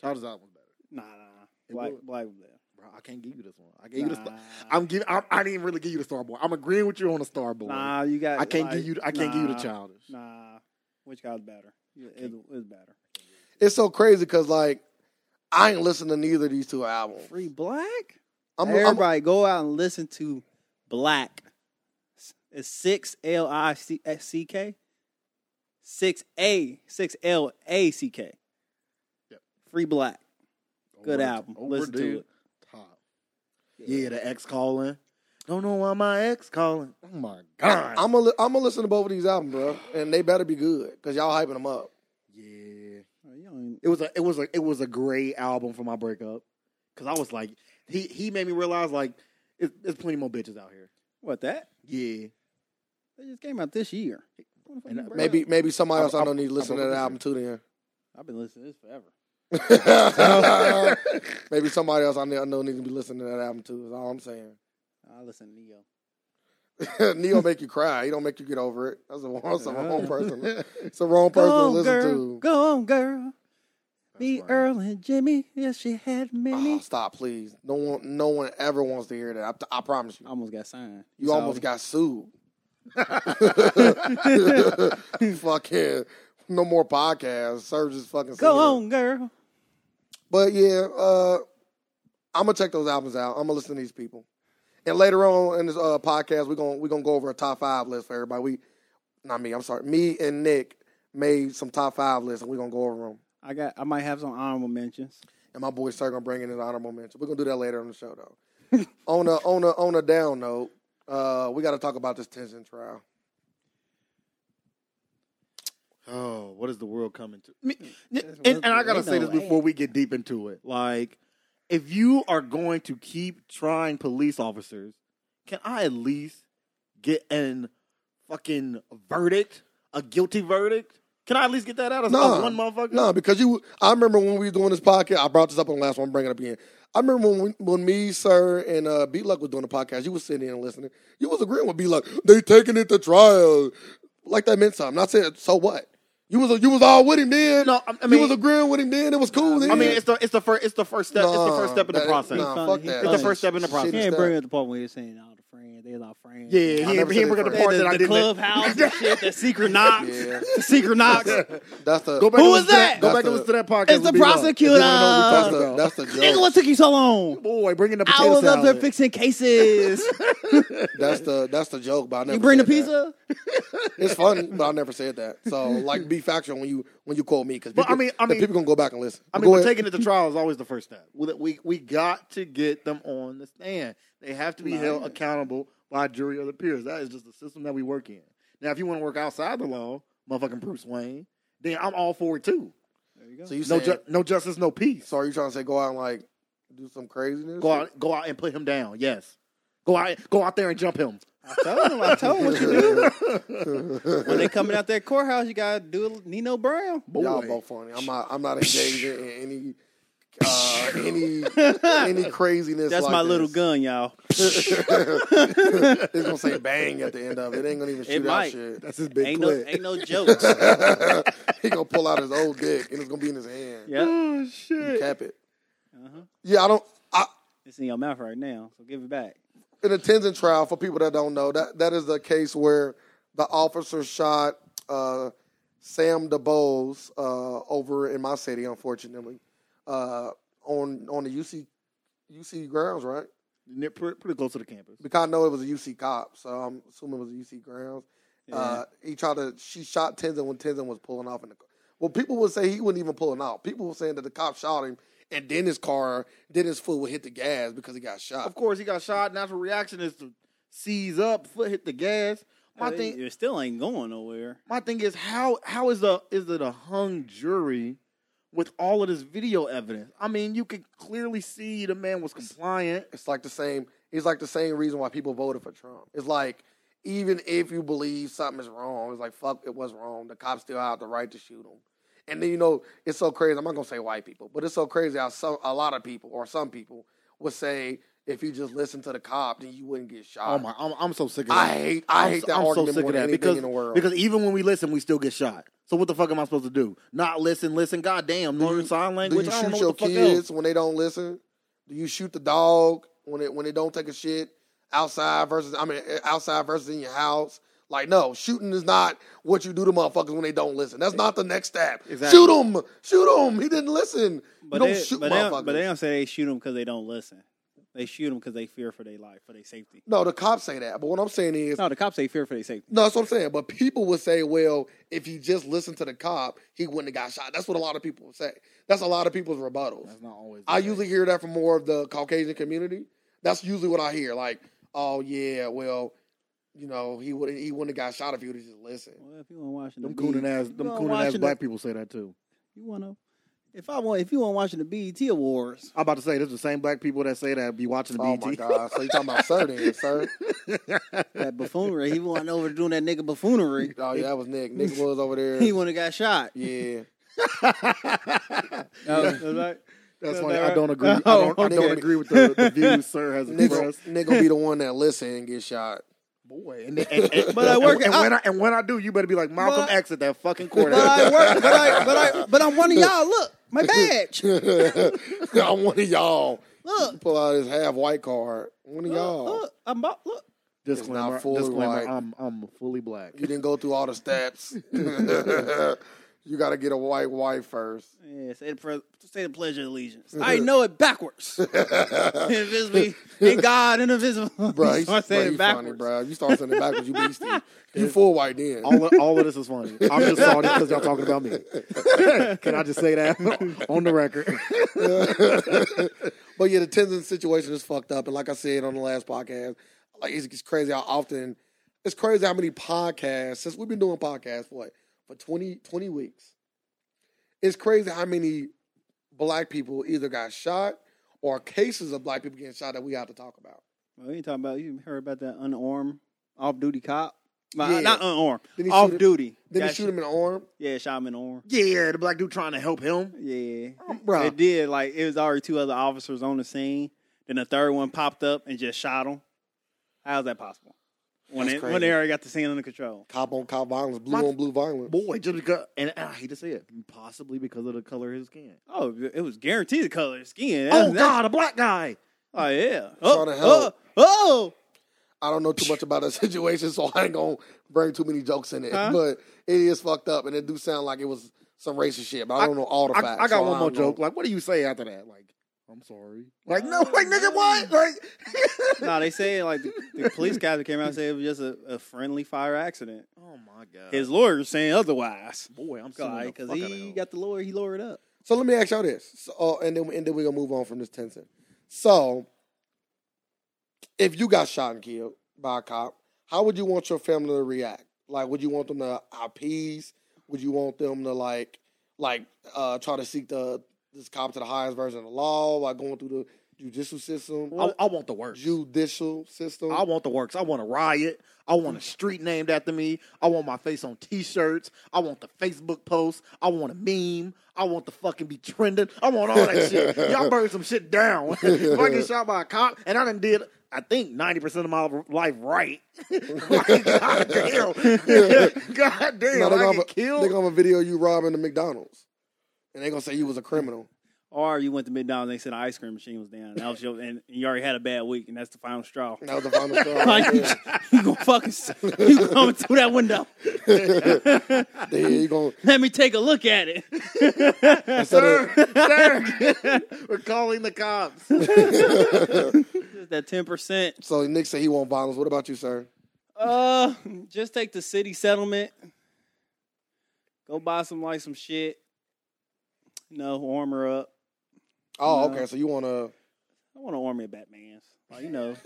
Childish album was better. Nah, nah, nah. Black, was. black was there. Bro, I can't give you this one. I gave you the. Star- Nah. I'm giving. I, I didn't really give you the Starboy. I'm agreeing with you on the Starboy. Nah, you got. I can't like, give you. I can't give you the nah, Childish. Nah, which guy's better? Yeah, It, it's better. It's so crazy because like I ain't listening to neither of these two Oh. albums. Free Black. I'm, I'm Everybody go out and listen to Black. It's six L I C eh, C K. Six A six L A C K. Yep. Free Black. Good Over- album. over, Listen to dude. it. Top. Yeah, the ex calling. Don't know why my ex calling. Oh my god. I'm gonna I'm gonna listen to both of these albums, bro, and they better be good because y'all hyping them up. yeah. Oh, you don't even- It was a it was a it was a great album for my breakup because I was like he he made me realize like it, there's plenty more bitches out here. What that? Yeah, It just came out this year. What the fuck And you that- bring uh, Maybe up? maybe somebody I'm- else I don't I'm- need to listen I'm to that open album too. Then I've been listening to this forever. Maybe somebody else I know, I know needs to be listening to that album too. Is all I'm saying. I listen to Neo. Neo make you cry. He don't make you get over it. That's the wrong, that's the wrong Uh. person. It's the wrong person to listen girl. to. Go on, girl. Me, right. Earl, and Jimmy. Yes, she had many. Oh, stop, please. No one, no one ever wants to hear that. I, I promise you. I almost got signed. You saw almost me. got sued. fucking no more podcasts. Serge is fucking. Go singing it. on, girl. But yeah, uh, I'm gonna check those albums out. I'm gonna listen to these people, and later on in this uh, podcast, we're gonna we're gonna go over a top five list for everybody. We, not me. I'm sorry. Me and Nick made some top five lists, and we're gonna go over them. I got. I might have some honorable mentions. And my boy Sir gonna bring in his honorable mention. We're gonna do that later on the show though. on a on a on a down note, uh, we got to talk about this tension trial. oh, what is the world coming to? Me- That's and, and what I gotta they say this know. before we get deep into it. Like, if you are going to keep trying police officers, can I at least get an fucking verdict, a guilty verdict? Can I at least get that out of Nah. of one motherfucker? No, because you. I remember when we were doing this podcast. I brought this up on the last one. I'm bringing it up again. I remember when we, when me, sir, and uh, B Luck was doing the podcast. You was sitting in and listening. You was agreeing with B Luck. They taking it to trial, like that meant something. I said, so what? You was you was all with him then. No, I- I you mean- was agreeing with him then. It was cool then. I mean, it's the it's the first it's the first step it's the first step in the Nah, process. nah, He fuck funny. that. It's the first step in the Shit process. He is ain't that. bring up the part where you're saying all the friends. They're not friends. Yeah, yeah, I he never ain't, he said ain't bringing it the first. part the, that I the didn't. clubhouse and shit. The secret knocks. Yeah. The secret knocks. That's the Go back Who and was listen to that? That's Go back the- and listen to that podcast. It's the with B-Rock. prosecutor. uh, If you wanna know what we That's talking the about. that's the Nigga, judge. what took you so long? Boy, bringing the I potato was up there salad. fixing cases. That's the that's the joke. But I never you bring the said that. pizza? It's funny, but I never said that. So like, be factual when you when you quote me because But, I mean- I mean- people gonna go back and listen. I But mean, go but ahead. taking it to trial is always the first step. We, we we got to get them on the stand. They have to be Nah, held yeah. accountable by a jury of the peers. That is just the system that we work in. Now, if you want to work outside the law, motherfucking Bruce Wayne, then I'm all for it too. There you go. so you No, saying, ju- no justice, no peace. so are you trying to say go out and like do some craziness? Go out, go out and put him down. Yes, go out, go out there and jump him. I told him. I told him what you do. when they coming out that courthouse, you gotta do Nino Brown. Boy, Y'all both funny. I'm not. I'm not engaged in any uh, any any craziness. That's like my little this. gun, y'all. It's gonna say bang at the end of it. It ain't gonna even shoot out might. shit. that's his big Ain't no, clip. ain't no jokes. he gonna pull out his old dick and it's gonna be in his hand. yeah, oh shit! Cap it. Uh-huh. Yeah, I don't. I, it's in your mouth right now. So give it back. in a Tenzin trial, for people that don't know, that that is the case where the officer shot uh, Sam DeBose uh, over in my city, unfortunately, uh, on on the UC UC grounds, right? near, pre- pretty close to the campus. because I know it was a UC cop, so I'm assuming it was a UC grounds. Uh, he tried to she shot Tenzin when Tenzin was pulling off in the car. Well, people would say he wasn't even pulling out. People were saying that the cop shot him, and then his car, then his foot would hit the gas because he got shot. Of course, he got shot. Natural reaction is to seize up, foot hit the gas. My It- thing, it still ain't going nowhere. My thing is how how is the is it a hung jury with all of this video evidence? I mean, you could clearly see the man was compliant. It's like the same. It's like the same reason why people voted for Trump. It's like even if you believe something is wrong, it's like fuck, it was wrong. The cops still have the right to shoot him. And then you know it's so crazy. I'm not gonna say white people, but it's so crazy how some a lot of people or some people would say if you just listen to the cop, then you wouldn't get shot. Oh my, I'm, I'm so sick of I that. hate I I'm hate so- that I'm so argument sick more of than that anything because in the world. because even when we listen, we still get shot. So what the fuck am I supposed to do? Not listen, listen. Goddamn, learn sign do language. you I don't shoot know your what the fuck kids else. when they don't listen? Do you shoot the dog when it when they don't take a shit outside versus I mean eh, outside versus in your house? Like no, shooting is not what you do to motherfuckers when they don't listen. That's not the next step. Exactly. Shoot him, shoot him. He didn't listen. But you don't they, shoot but, they, motherfuckers. don't- but they don't say they shoot them because they don't listen. They shoot them because they fear for their life, for their safety. no, the cops say that. But what I'm saying is, No, the cops say fear for their safety. No, that's what I'm saying. But people would say, well, if he just listened to the cop, he wouldn't have got shot. That's what a lot of people would say. That's a lot of people's rebuttals. That's not always. I usually hear that from more of the Caucasian community. That's usually what I hear. Like, oh yeah, well, you know, he would he wouldn't have got shot if he would have just listened. Well, if you want watching them the cooning BET ass, you them want cooning ass watching black the, people say that too. You want to? If I want, if you want watching the BET Awards, I'm about to say this is the same black people that say that be watching the Oh BET. my god! So you talking about sir then, sir? that buffoonery, he wasn't over doing that nigga buffoonery. Oh yeah, that was Nick. Nick was over there. He wouldn't have got shot. Yeah, That's Is funny. that I don't right? agree. I Oh, don't, I don't okay. agree with the, the views sir has Nick, expressed. Nick gonna be the one that listen and get shot. Boy, and, and, and, But I work and, at- when I, and when I do, you better be like Malcolm But I- X at that fucking court. But I work. But I. But I. But I'm one of y'all. Look, my badge. Look, I'm one of y'all. Look. Pull out his half white card. One of y'all. look, I'm about. Look, disclaimer. It's not fully disclaimer. white. I'm I'm fully black. You didn't go through all the steps. you got to get a white wife first. yeah, say the pre- say the pledge of allegiance. I know it backwards. Invisibly, in God, and invisible. Bro, You he's, start bro, saying he it funny, backwards. bro. You start saying it backwards, you beastie. You full white then. All of, all of this is funny. I'm just sorry because y'all talking about me. Can I just say that on the record? But yeah, the Tenzin situation is fucked up. And like I said on the last podcast, like it's, it's crazy how often, it's crazy how many podcasts, since we've been doing podcasts, for what, for 20, 20 weeks. It's crazy how many black people either got shot or cases of black people getting shot that we have to talk about. Well, you ain't talking about. You heard about that unarmed, off-duty cop? Like, Yeah. Not unarmed. Didn't he shoot him- Off-duty. Didn't Got he shoot shot- him in the arm? Yeah, shot him in the arm. Yeah, the black dude trying to help him. Yeah, Oh, bruh. it did. Like it was already two other officers on the scene. Then the third one popped up and just shot him. How's that possible? When That's it, crazy. when they already got the scene under control. Cop on cop violence, blue My- on blue violence. Boy, just because, and I hate to say it, possibly because of the color of his skin. Oh, it was guaranteed the color of the skin. Oh That's- God, a black guy. Oh yeah. Sure Oh, to oh, hell. oh. I don't know too much about the situation, so I ain't gonna bring too many jokes in it. Huh? But it is fucked up, and it do sound like it was some racist shit. But I don't know all the I, facts. I got so one more don't know. joke. Like, what do you say after that? Like, I'm sorry. Like, no, like nigga, what? Like, no, oh. they say like the, the police guys that came out said it was just a, a friendly fire accident. oh my God. His lawyer's saying otherwise. boy, I'm sorry Because he got the lawyer, he lowered up. So let me ask y'all this, so, uh, and then and then we gonna move on from this tension. So, if you got shot and killed by a cop, how would you want your family to react? Like, would you want them to appease? Would you want them to like, like, uh, try to seek the this cop to the highest version of the law, like going through the judicial system? I, I want the works. judicial system. I want the works. I want a riot. I want a street named after me. I want my face on T-shirts. I want the Facebook post. I want a meme. I want the fucking be trending. I want all that shit. Y'all burn some shit down. if I get shot by a cop and I done did, I think ninety percent of my life right. like, God damn. God damn. No, I they're get gonna, have a, killed. they gonna have a video of you robbing the McDonald's, and they gonna say you was a criminal. Or you went to McDonald's and they said the ice cream machine was down. That was your, and you already had a bad week, and that's the final straw. And that was the final straw. Like, you, yeah, you gonna fucking s- you coming through that window? yeah, you gonna Let me take a look at it. instead of, Sir, we're calling the cops. Just take that ten percent. So Nick said he want violence. What about you, sir? Uh, just take the city settlement. Go buy some like some shit. No armor up. Oh, No. okay. So you want to? I want an army of Batman's. Like you know,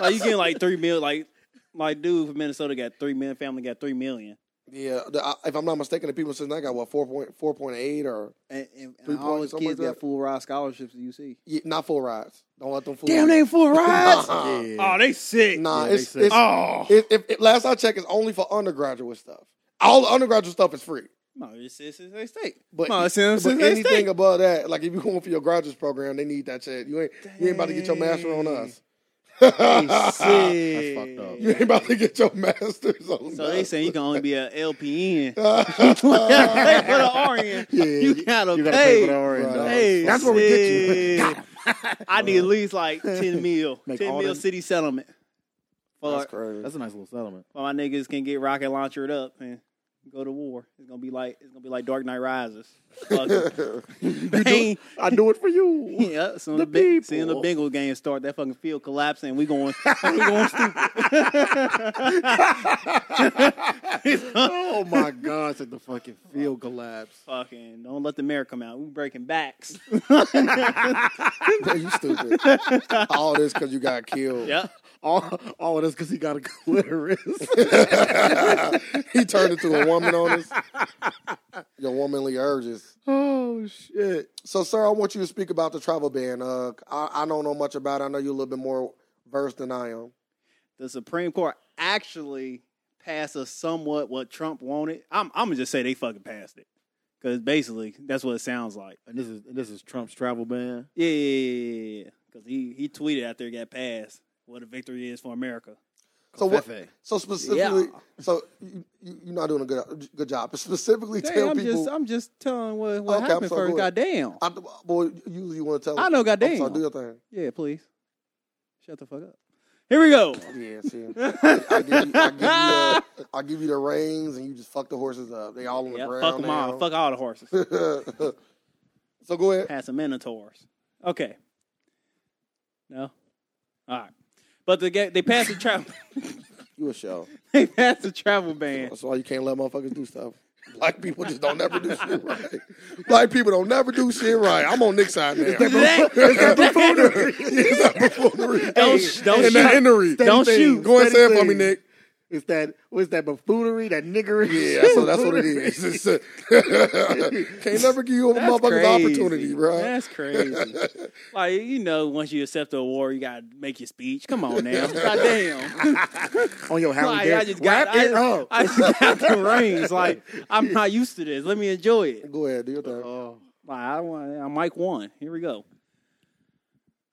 like you getting like three mil. Like my dude from Minnesota got three million. Family got three million. yeah. The, I, if I'm not mistaken, the people since I got what four point four point eight or And, and, Three all points, his something kids like got full ride scholarships Oh, at UC. yeah, not full rides. Don't let them fool. Damn, you. they full rides. Yeah. Oh, they sick. Nah, Yeah, they it's, say- it's Oh, It, if, if- last I checked, it's only for undergraduate stuff. All the undergraduate stuff is free. no, it's it's it's they state. But, no, it's, it's, but it's they anything state. above that, like if you're going for your graduate program, they need that shit. You ain't you ain't about to get your master on us. Ah, That's fucked up. you ain't about to get your master's on So us. they saying you can only be a LPN. yeah, pay for the RN. Yeah, you gotta you gotta pay. pay for the orange. Right. dog. Hey, That's where we get you. shit. I need at least like ten mil, Make ten all mil them- city settlement. For, That's crazy. That's a nice little settlement. for my niggas can get rocket launchered up and go to war. It's gonna be like it's gonna be like Dark Knight Rises. Fuck it. Bang. I do it for you. Yeah, soon the, The Be- seeing the people. bingo game start, that fucking field collapsing, and we going, we going stupid. oh my God! It's like the fucking field collapse. Fucking, don't let the mayor come out. We breaking backs. you stupid. All this because you got killed. yeah, All, all of this because he got a clitoris. he turned into a woman on us. Your womanly urges. oh shit! So, sir, I want you to speak about the travel ban. Uh, I, I don't know much about it. I know you're a little bit more versed than I am. the Supreme Court actually passed us somewhat what Trump wanted. I'm, I'm gonna just say they fucking passed it because basically that's what it sounds like. And this is and this is Trump's travel ban. Yeah, yeah, yeah, yeah. Because he he tweeted after it got passed what a victory is for America. So what? Fefe. So specifically, so you, you- you're not doing a good good job. But specifically, tell I'm people. just I'm just telling what what Okay, I'm happened so first. good. Goddamn. I'm, boy, you, you want to tell? I know. I'm Goddamn. sorry, do your thing. Yeah, please. Shut the fuck up. Here we go. Yeah, see, I give, you, I, give you uh, the, I give you the reins, and you just fuck the horses up. They all on the Yeah, fuck ground. them all. Fuck all the horses. them all. so go ahead. Pass some minotaurs. Okay. No. All right. But the ga- they passed the travel. You a show. they passed the travel ban. That's why you can't let motherfuckers do stuff. Black people just don't never do shit right. Black people don't never do shit right. I'm on Nick's side now. It's that buffoonery. Don't sh- don't and that shoot. innery. Don't shoot. Go ahead and say it Steady for me, thing. Nick. It's that what's that buffoonery, that niggery? Yeah, that's what, that's what it is. It's just- can't never give you a That's motherfucker's crazy. opportunity, bro. That's crazy. like you know, once you accept the award, you gotta make your speech. Come on now, goddamn. On your Howard like, Dare. I just got, Wrap I, it up. I just got the rings. Like I'm not used to this. Let me enjoy it. Go ahead, do your thing. Uh-huh. oh, Like, I want, I'm Mike one. Here we go.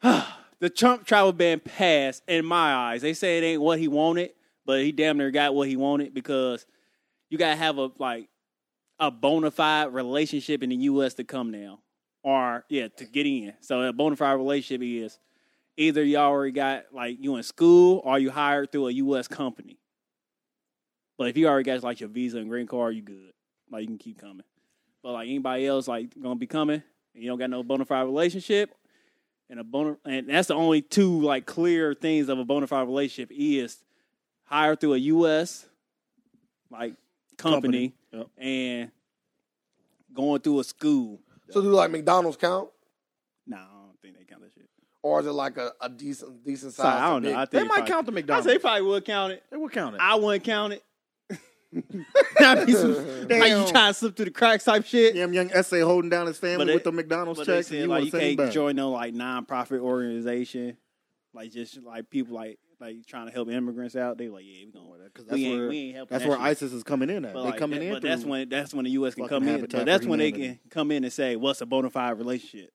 the Trump travel ban passed in my eyes. They say it ain't what he wanted, but he damn near got what he wanted because you gotta have a like a bona fide relationship in the U.S. to come now, or yeah, to get in. So a bona fide relationship is either you already got like you in school or you hired through a U.S. company. But if you already got like your visa and green card, you good. Like you can keep coming. But like anybody else, like gonna be coming, and you don't got no bona fide relationship, and a bona, and that's the only two like clear things of a bona fide relationship is hired through a U.S. like company, Company. and going through a school. So do like McDonald's count, Nah, I don't think they count that shit. or is it like a, a decent decent So, size? I don't know. I think big- they might probably- count the I McDonald's. say they probably would count it. they will count it. I wouldn't count it. That'd be some like you Damn. trying to slip through the cracks type shit. Damn young essay holding down his family But they- with the McDonald's But they checks. and said like wanna you send him can't back. join no like nonprofit organization, like just like people like like trying to help immigrants out. They like yeah, we gonna Because that's we ain't where, we ain't helping. that's that where shit. ISIS is coming in at. But, they like, coming that- in. but that's through- when that's when the U.S. can fucking come in. Habitat But for that's when they can Humanity. come in and say what's a bona fide relationship.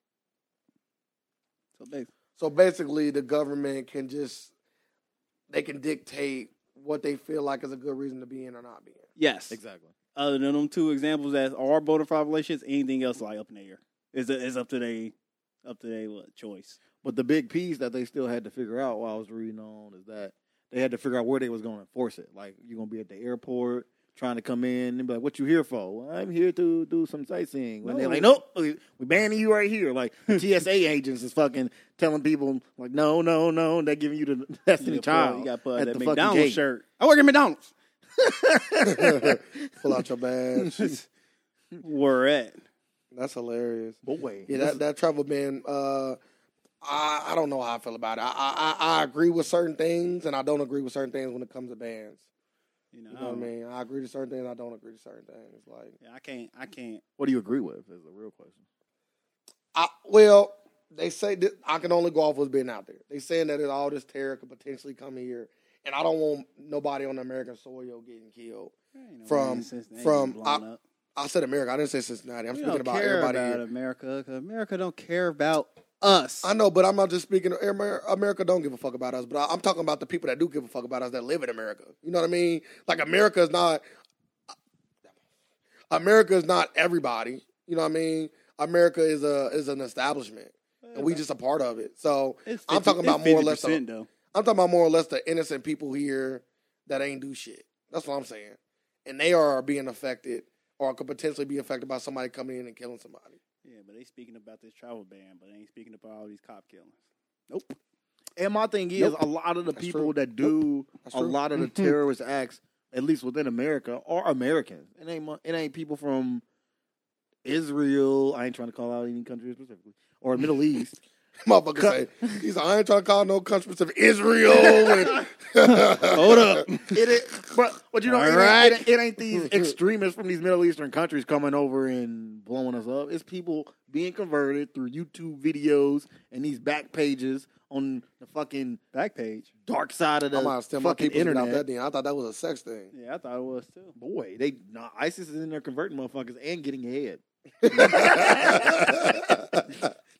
So they, So basically, the government can just they can dictate what they feel like is a good reason to be in or not be in. yes, exactly. other than them two examples that are bona fide relationships, anything else like up in the air is is up to they up to they what choice. But the big piece that they still had to figure out while I was reading on is that they had to figure out where they was going to enforce it. Like you're going to be at the airport. trying to come in and be like, "What you here for?" Well, I'm here to do some sightseeing. When they're No. like, "Nope, we we banning you right here." Like the TSA agents is fucking telling people like, "No, no, no," and they're giving you the Destiny You Child got to put at that the fucking McDonald's gate. shirt. I work at McDonald's. Pull out your badge. We're at. That's hilarious. Boy, Yeah, that, that travel ban. Uh, I I don't know how I feel about it. I, I I- I agree with certain things, and I don't agree with certain things when it comes to bans. You know, You I, know what I don't- mean? I agree to certain things. I don't agree to certain things. Like yeah, I can't. I can't. what do you agree with? Is the real question. I well, they say that I can only go off what's been out there. They saying that all this terror could potentially come here, and I don't want nobody on American soil getting killed. Ain't no From- reason since they from- ain't blown I- up. I said America. I didn't say Cincinnati. I'm We speaking don't about care everybody. about here. America. 'cause America don't care about us. I know, but I'm not just speaking. Amer- America don't give a fuck about us, but I- I'm talking about the people that do give a fuck about us that live in America. You know what I mean? Like America is not. America is not everybody. You know what I mean? America is a is an establishment, and we just a part of it. So It's I'm 50 talking about it's more or less the- 50% though. I'm talking about more or less the innocent people here that ain't do shit. That's what I'm saying, and they are being affected or could potentially be affected by somebody coming in and killing somebody. Yeah, but they speaking about this travel ban, but they ain't speaking about all these cop killings. Nope. And my thing is, Nope. a lot of the That's people true. that do That's a true. lot of the terrorist acts, at least within America, are Americans. It ain't mu- it ain't people from Israel. I ain't trying to call out any country specifically, or Middle East. Motherfucker say, he's like, I ain't trying to call no country specific Israel. And Hold up. It is, but but you know, it, ain't- Alright. it ain't, it ain't these extremists from these Middle Eastern countries coming over and blowing us up. It's people being converted through YouTube videos and these back pages on the fucking Back page. dark side of the I'm gonna steal my fucking people's shit off internet. that then. I thought that was a sex thing. Yeah, I thought it was too. Boy, they nah, ISIS is in there converting motherfuckers and getting ahead.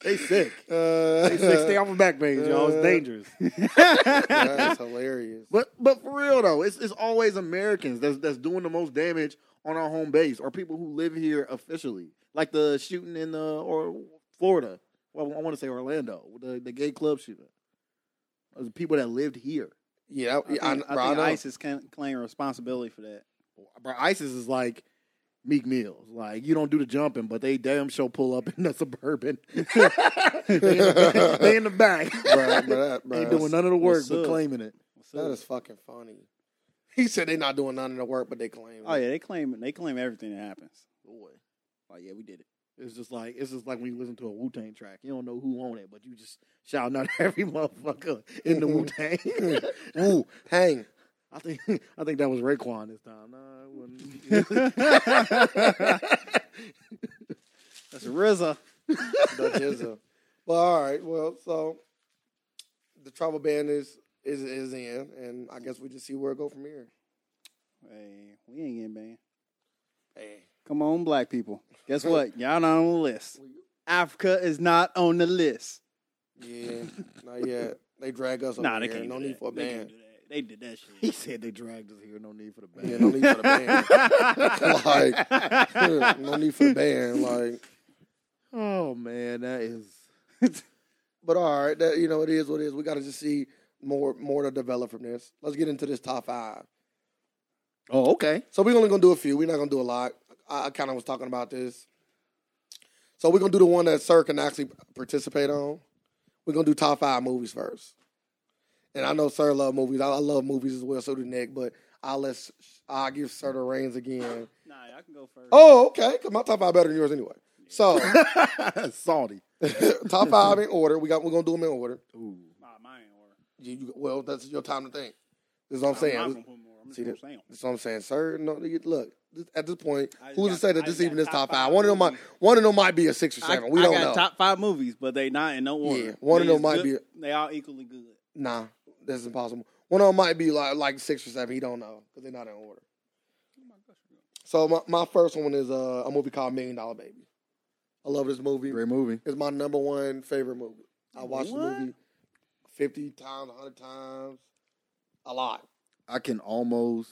They sick. Uh, They sick. Stay off of back page, y'all. It's dangerous. That's hilarious. But but for real though, it's it's always Americans that's that's doing the most damage on our home base or people who live here officially, like the shooting in uh or Florida. Well, I want to say Orlando, the the gay club shooting. It was people that lived here. Yeah, I think, I, I, I bro, I think know. ISIS can claim responsibility for that. Bro, ISIS is like Meek Mills. Like you don't do the jumping, but they damn sure pull up in the suburban. they, in the, they in the back. Bro, bro, that- bro, Ain't doing none of the work What's but up? claiming it. What's that up? is fucking funny. He said they not doing none of the work, but they claim. oh yeah, they claim they claim everything that happens. Boy, Like yeah, we did it. it's just like it's just like when you listen to a Wu Tang track. You don't know who on it, but you just shout out every motherfucker in the Wu Tang. it. Ooh, hang. I think I think that was Raekwon this time. Nah, it wasn't. That's RZA. Dutch is a. Well, all right. Well, so the travel ban is is is in, and I guess we just see where it go from here. Hey, we ain't getting banned. Hey, Come on, black people. Guess what? Y'all not on the list. Africa is not on the list. yeah, not yet. They drag us. nah, over they here. can't. No do need that. for a They ban. can't do that. They did that he shit. said they dragged us here. No need for the band. Yeah, no need for the ban. like, no need for the ban. Like, Oh man, that is. but all right, that you know, it is what it is. We got to just see more more to develop from this. Let's get into this top five. Oh okay. So we're only gonna do a few. We're not gonna do a lot. I, I kind of was talking about this. So we're gonna do the one that Sir can actually participate on. We're gonna do top five movies first. And I know Sir love movies. I, I love movies as well. So do Nick. But I'll let I give Sir the reins again. Nah, y'all can go first. Oh, okay. Because my top five better than yours anyway. So Salty. top five in order. We got we're gonna do them in order. Ooh. Nah, mine ain't work. You, you, well, that's your time to think. This is what I'm Nah, mine gonna saying. put more. I'm just See gonna that- say 'em. That's what I'm saying, sir. No, you- look. this- At this point, I just who's to got- say I that this just got even is top top five five? One of them might, movies. one of them might be a six or seven. we I don't got know. top five movies, but they not in no order. Yeah, one of They them is might good- They all equally good. nah, this is impossible. One of them might be like like six or seven. He don't know because they're not in order. Oh So my, my first one is uh, a movie called Million Dollar Baby. I love this movie. Great movie. It's my number one favorite movie. I watched What? the movie fifty times, hundred times, a lot. I can almost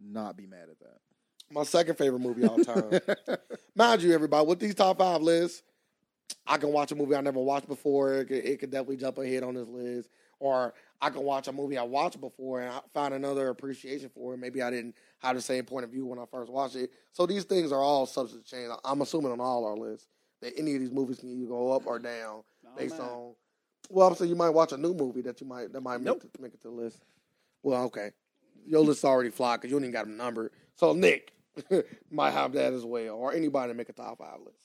not be mad at that. My second favorite movie all time. Mind you, everybody, with these top five lists, I can watch a movie I never watched before. It could, it could definitely jump ahead on this list. Or I can watch a movie I watched before and I find another appreciation for it. Maybe I didn't have the same point of view when I first watched it. So these things are all subject to change. I- I'm assuming on all our lists that any of these movies can either go up or down based on. Well, so you might watch a new movie that you might that might make, Nope. it- make it to the list. Well, okay, your list's already fly because you ain't even got them numbered. So Nick might have that as well, or anybody that make a top five list.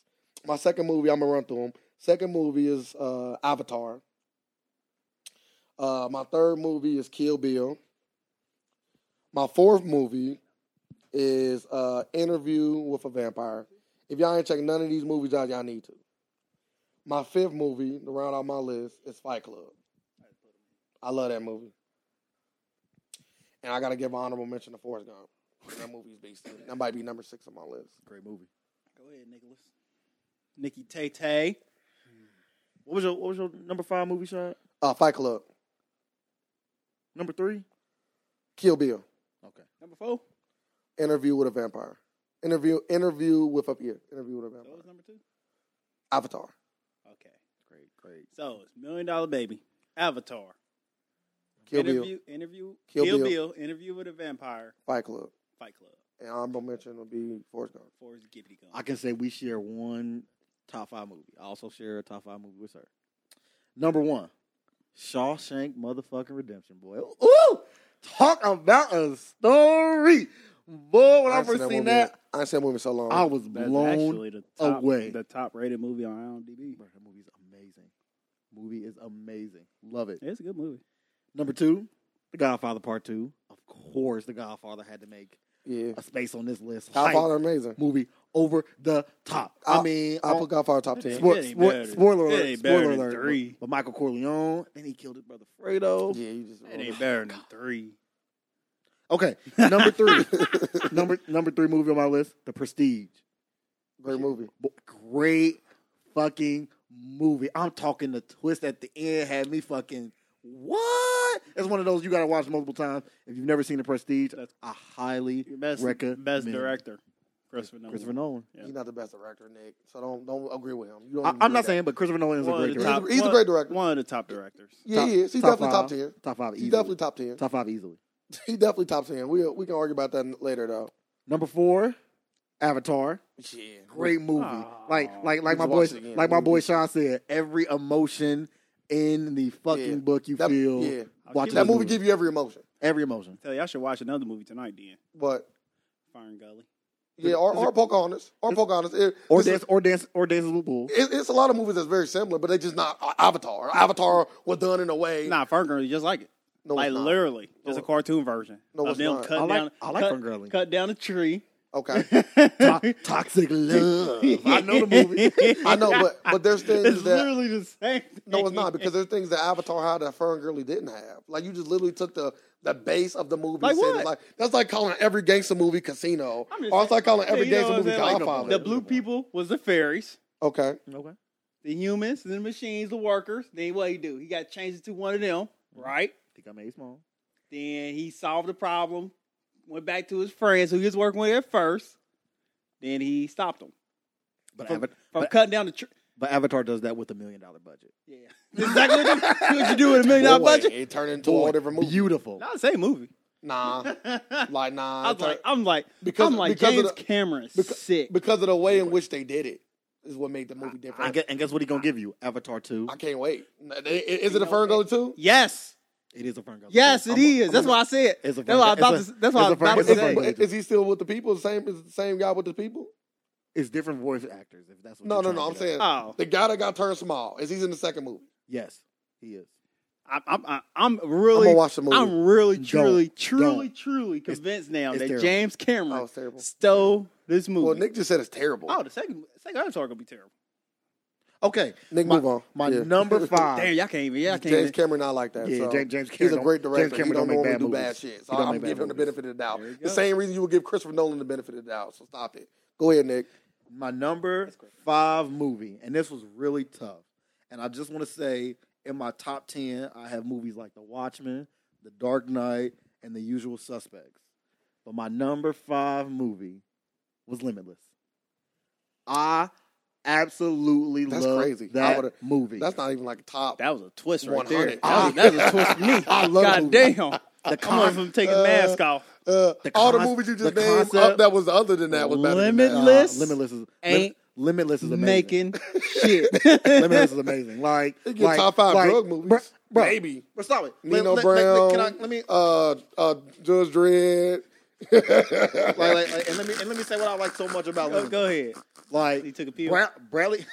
My second movie, I'm gonna run through them. Second movie is uh, Avatar. Uh, my third movie is Kill Bill. My fourth movie is uh, Interview with a Vampire. If y'all ain't check none of these movies out, y'all need to. My fifth movie to round out my list is Fight Club. I love that movie. And I gotta give an honorable mention to Forrest Gump. That movie's beast. That might be number six on my list. Great movie. Go ahead, Nicholas. Nikki Tay Tay. What was your What was your number five movie shot? Uh, Fight Club, Number three. Kill Bill, Okay. Number four. Interview with a Vampire, Interview Interview with a yeah, Interview with a That Vampire, was number two. Avatar, Okay. Great. Great. So it's Million Dollar Baby, Avatar, Kill Bill, interview, interview, Kill Kill, Bill. Bill. interview with a vampire, Fight Club, Fight Club, and honorable mention will be Forrest Gump. Forrest Gibbity Gump. I can say we share one top five movie. I also share a top five movie with her. Number one, Shawshank Motherfucking Redemption, boy. Ooh, talk about a story, boy. When I, ain't first that seen movie- Oh, that, I ain't seen that movie in so long. I was That's blown. actually the top, away. the top rated movie on IMDb. Bro, that movie's amazing. Movie is amazing. Love it. It's a good movie. Number two, The Godfather Part Two. Of course, The Godfather had to make yeah, a space on this list. Hype. Godfather, amazing. movie over the top. I, I- mean, I on- put Godfather top It ten. ain't Spoil- spoil- better. spoiler It alert. ain't better spoiler than alert. three. But, but Michael Corleone, then he killed his brother Fredo. Yeah, you just It ain't better than three. Okay, number three, number number three movie on my list, The Prestige. great movie. Bo- Great fucking movie. I'm talking the twist at the end had me fucking what? It's one of those you gotta watch multiple times. If you've never seen The Prestige, That's- I highly Your best, recommend best director, Christopher Nolan. Christopher Nolan. Yeah. He's not the best director, Nick. So don't don't agree with him. You don't I, agree I'm with not that. saying, but Christopher Nolan is a One of great the director. top- He's a one- great director. One of the top directors. Yeah, Top- he is. He's top definitely top five. ten. Top five, He's easily. definitely top ten. top five easily. He's definitely top ten. We we can argue about that later though. Number four, Avatar. Yeah, Great movie. Aw. Like like like Just my boy watch it again, like my dude. boy Sean said, every emotion in the fucking Yeah. book you That- feel. yeah. Watch I'll That That movie give you every emotion, every emotion. Tell you, I should watch another movie tonight. Then but Fire and Gully. yeah, or, Is or Pocahontas, or Pocahontas. It- Or it's, dance or dance or dance with Bull. it- it's a lot of movies that's very similar, but they just not uh, Avatar. Avatar was done in a way. Nah, Fern Gully just like it. no, like it's not. literally, just a No. cartoon version No, of it's them not. cutting I like- down. I like cut, Fern Gully. Cut down a tree. Okay, To- toxic love. I know the movie. I know, but but there's things It's that literally the same. Thing. No, it's not because there's things that Avatar had that Fern Gully didn't have. Like you just literally took the the base of the movie. Like and said, what? like that's like calling every gangster movie Casino, I'm just or it's like calling Yeah, every you know gangster what I'm movie saying? Like, Godfather. the blue people was the fairies, okay, okay. the humans, the machines, the workers. Then what he do? He got changed into one of them, right? Think I made small. Then he solved the problem, went back to his friends who he was working with at first. Then he stopped them But, from, Ava- from but, cutting down the tree. but Avatar does that with a million dollar budget. Yeah, exactly what you, what you do with a million dollar Boy, budget. It turned into a whole different movie. Beautiful. Not the same movie. nah, like nah, I it was like, turned- I'm like, Because- I'm like, because of James the- Cameron's because- sick. because of the way in which they did it is what made the movie different. I I, guess, and guess what he gonna give you? Avatar two. can't wait. I- Is it a Fern Gully too? yes, It is a Fern Gully. yes, I'm it a- is. I'm That's a- why I said. It's That's a why I was Frank- about it's to. That's why I it's a was about to Frank- Is, it's a say. Frank- but is he still with the people? The same is the same guy with the people? It's different voice actors. If that's what No, no, you're no. trying I'm to get at. saying Oh, the guy that got turned small is he's in the second movie. yes, he is. I, I'm I, I'm I'm really gonna watch the movie. I'm really Don't. truly truly Don't. truly convinced now it's that terrible. James oh, Cameron it's terrible. stole this movie. Well, Nick just said it's terrible. oh, the second second Avatar gonna be terrible. Okay, Nick, my, move on. My Yeah. number five. Damn, y'all can't even. Y'all can't James even. Cameron not like that. Yeah, so. James, James He's Cameron. a don't- great director. James Cameron he don't, make normally bad do movies. bad shit. So He don't I'm make bad giving him the movies. benefit of the doubt. There you The go. same reason you would give Christopher Nolan the benefit of the doubt. So stop it. Go ahead, Nick. My number five movie, and this was really tough. And I just want to say, in my top ten, I have movies like The Watchmen, The Dark Knight, and The Usual Suspects. But my number five movie was Limitless. I absolutely That's love crazy. I that would've- movie. That's not even like top. That was a twist right 100. there. That was, that was a twist for me. I love God movies. damn. The con- I'm taking mask off. Uh, The all the con- movies you the just named concept- up that was other than that was better. than that. Limitless. Uh, Limitless is Ain't Lim- Limitless is amazing. Making shit. Limitless is amazing. Like, It get like top five like, drug movies. bruh, bruh, Maybe. But stop it. Let- Nino let- let- Brown. Let, can I, let me Uh, uh, Judge Dredd. like, like, like, and let me and let me say what I like so much about go, Limitless. go ahead. Like He took a pee. Bra- Bradley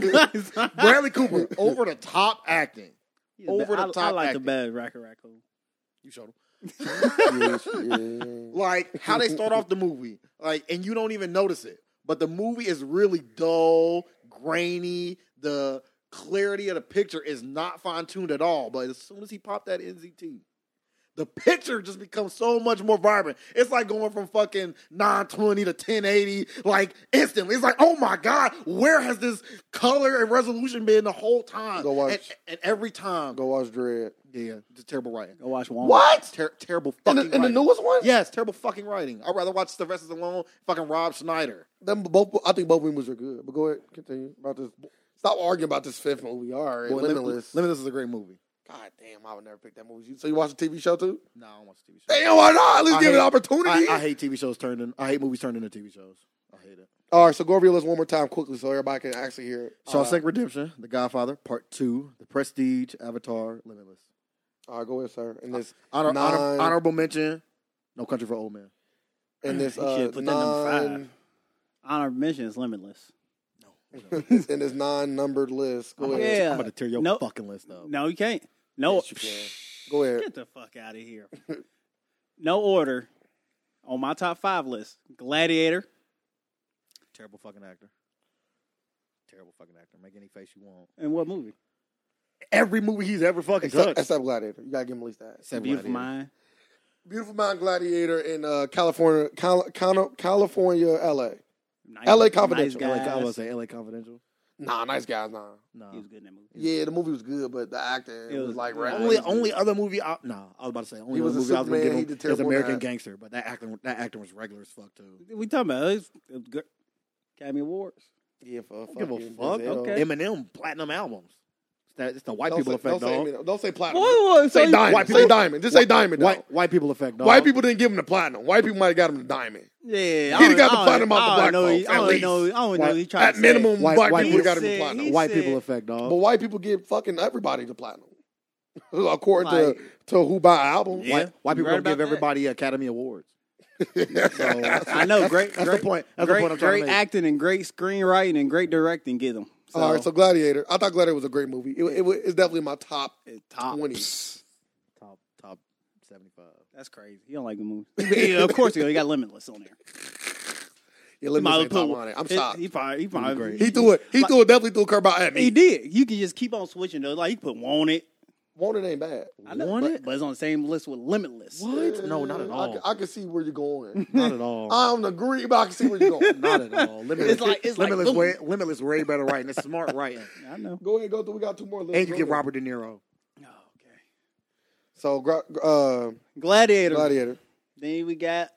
Bradley Cooper over the top acting. He's a ba- over the I- I top like the acting. bad Rocket Raccoon. You showed him. Yes, yeah. Like how they start off the movie, like and you don't even notice it, but the movie is really dull, grainy. The clarity of the picture is not fine tuned at all. But as soon as he popped that NZT, the picture just becomes so much more vibrant. It's like going from fucking 920 to 1080, like instantly. It's like, oh my God, where has this color and resolution been the whole time? Go watch. And, and every time. Go watch Dredd. Yeah, just terrible writing. Go watch Wong. What? Ter- terrible In fucking the, in the writing. newest one? Yes, terrible fucking writing. I'd rather watch Sylvester Stallone, fucking Rob Schneider. Them both, I think both movies are good. But go ahead, continue about this. Stop arguing about this fifth movie. All right, Boy, Limitless. Limitless is a great movie. God damn, I would never pick that movie. You- So you watch the TV show too? No, I don't watch TV shows. Damn, why not? At least I give it hate- an opportunity. I, I hate TV shows turned in. I hate movies turned into TV shows. I hate it. All right, so go over your list one more time quickly so everybody can actually hear it. All right. Shawshank Redemption, The Godfather, Part Two, The Prestige, Avatar, Limitless. All right, go ahead, sir. And this, Honor, honor, Nine. honorable mention, No Country for Old Men. and this, You uh, should put that number five. non, Honor mention is limitless. and this non-numbered list. Go ahead. Yeah. I'm about to tear your Nope. fucking list up. No, you can't. No. Yes, you can. Go ahead. Get the fuck out of here. no order on my top five list. Gladiator. Terrible fucking actor. Terrible fucking actor. Make any face you want. And what movie? Every movie he's ever fucking Except, touched. except Gladiator. You gotta give him at least that. Except Beautiful Gladiator. Mind. Beautiful Mind Gladiator in uh, California, Cal- Cal- California, LA. Nice, LA Confidential. Nice LA, I Guys. was gonna say LA Confidential. Nah, nice guys, nah. Nah. He was good in that movie. Yeah, the movie was good, but the acting It was, was- like yeah. right. Only, only other movie. I, nah, I was about to say only He other was a movie I was gonna Superman, give he him did is terrible in American that. Gangster, but that acting that acting was regular as fuck too. We talking about it's, it's good. Academy Awards. yeah, for a I don't give a fucking fuck. Denzel. Okay. Eminem platinum albums. It's, that, it's the white Don't people say, effect, don't dog. Say, don't say platinum. Whoa, whoa, so say you- diamond. white say people- diamond. Just say diamond. dog. White, white people effect, dog. White people didn't give him the platinum. White people might have got him the diamond. Yeah, He'd have got the platinum off the black know, he- folks, I at don't least. know. I don't Why- know. He tried At to minimum, White- black white people would have got people him the said platinum. he- White said- people effect, dog. But white people give fucking everybody the platinum, according Like- to to who buy albums. Yeah. white, white you people right don't give about that. everybody Academy Awards. Say, I know. Great. That's great, the point. That's great, the point I'm trying great to make. acting and great screenwriting and great directing. Get them. So, All right, so Gladiator. I thought Gladiator was a great movie. It, it, wa- it's definitely my top it top. twenty. Top top seventy five. That's crazy. He don't like the movie. yeah, of course he. don't. He got Limitless on there. Yeah, let He might me have say top put- on it. I'm he- shocked. He probably. He probably. great. He threw it. He threw it. Definitely threw a curveball at He me. did. You can just keep on switching though. Like you put want it. Wanted ain't bad. I know, Want but, it? but it's on the same list with Limitless. What? No, not I at can- all. I, can see where you're going. Not at all. I don't agree, but I can see where you're going. Not at all. Limitless, It's like- it's like- limitless, way, limitless, way better writing. It's smart writing, I know. go ahead, go through. We got two more. Lists. and you Go get ahead. Robert De Niro. Oh, okay. So, gra- uh, Gladiator. Gladiator. Then we got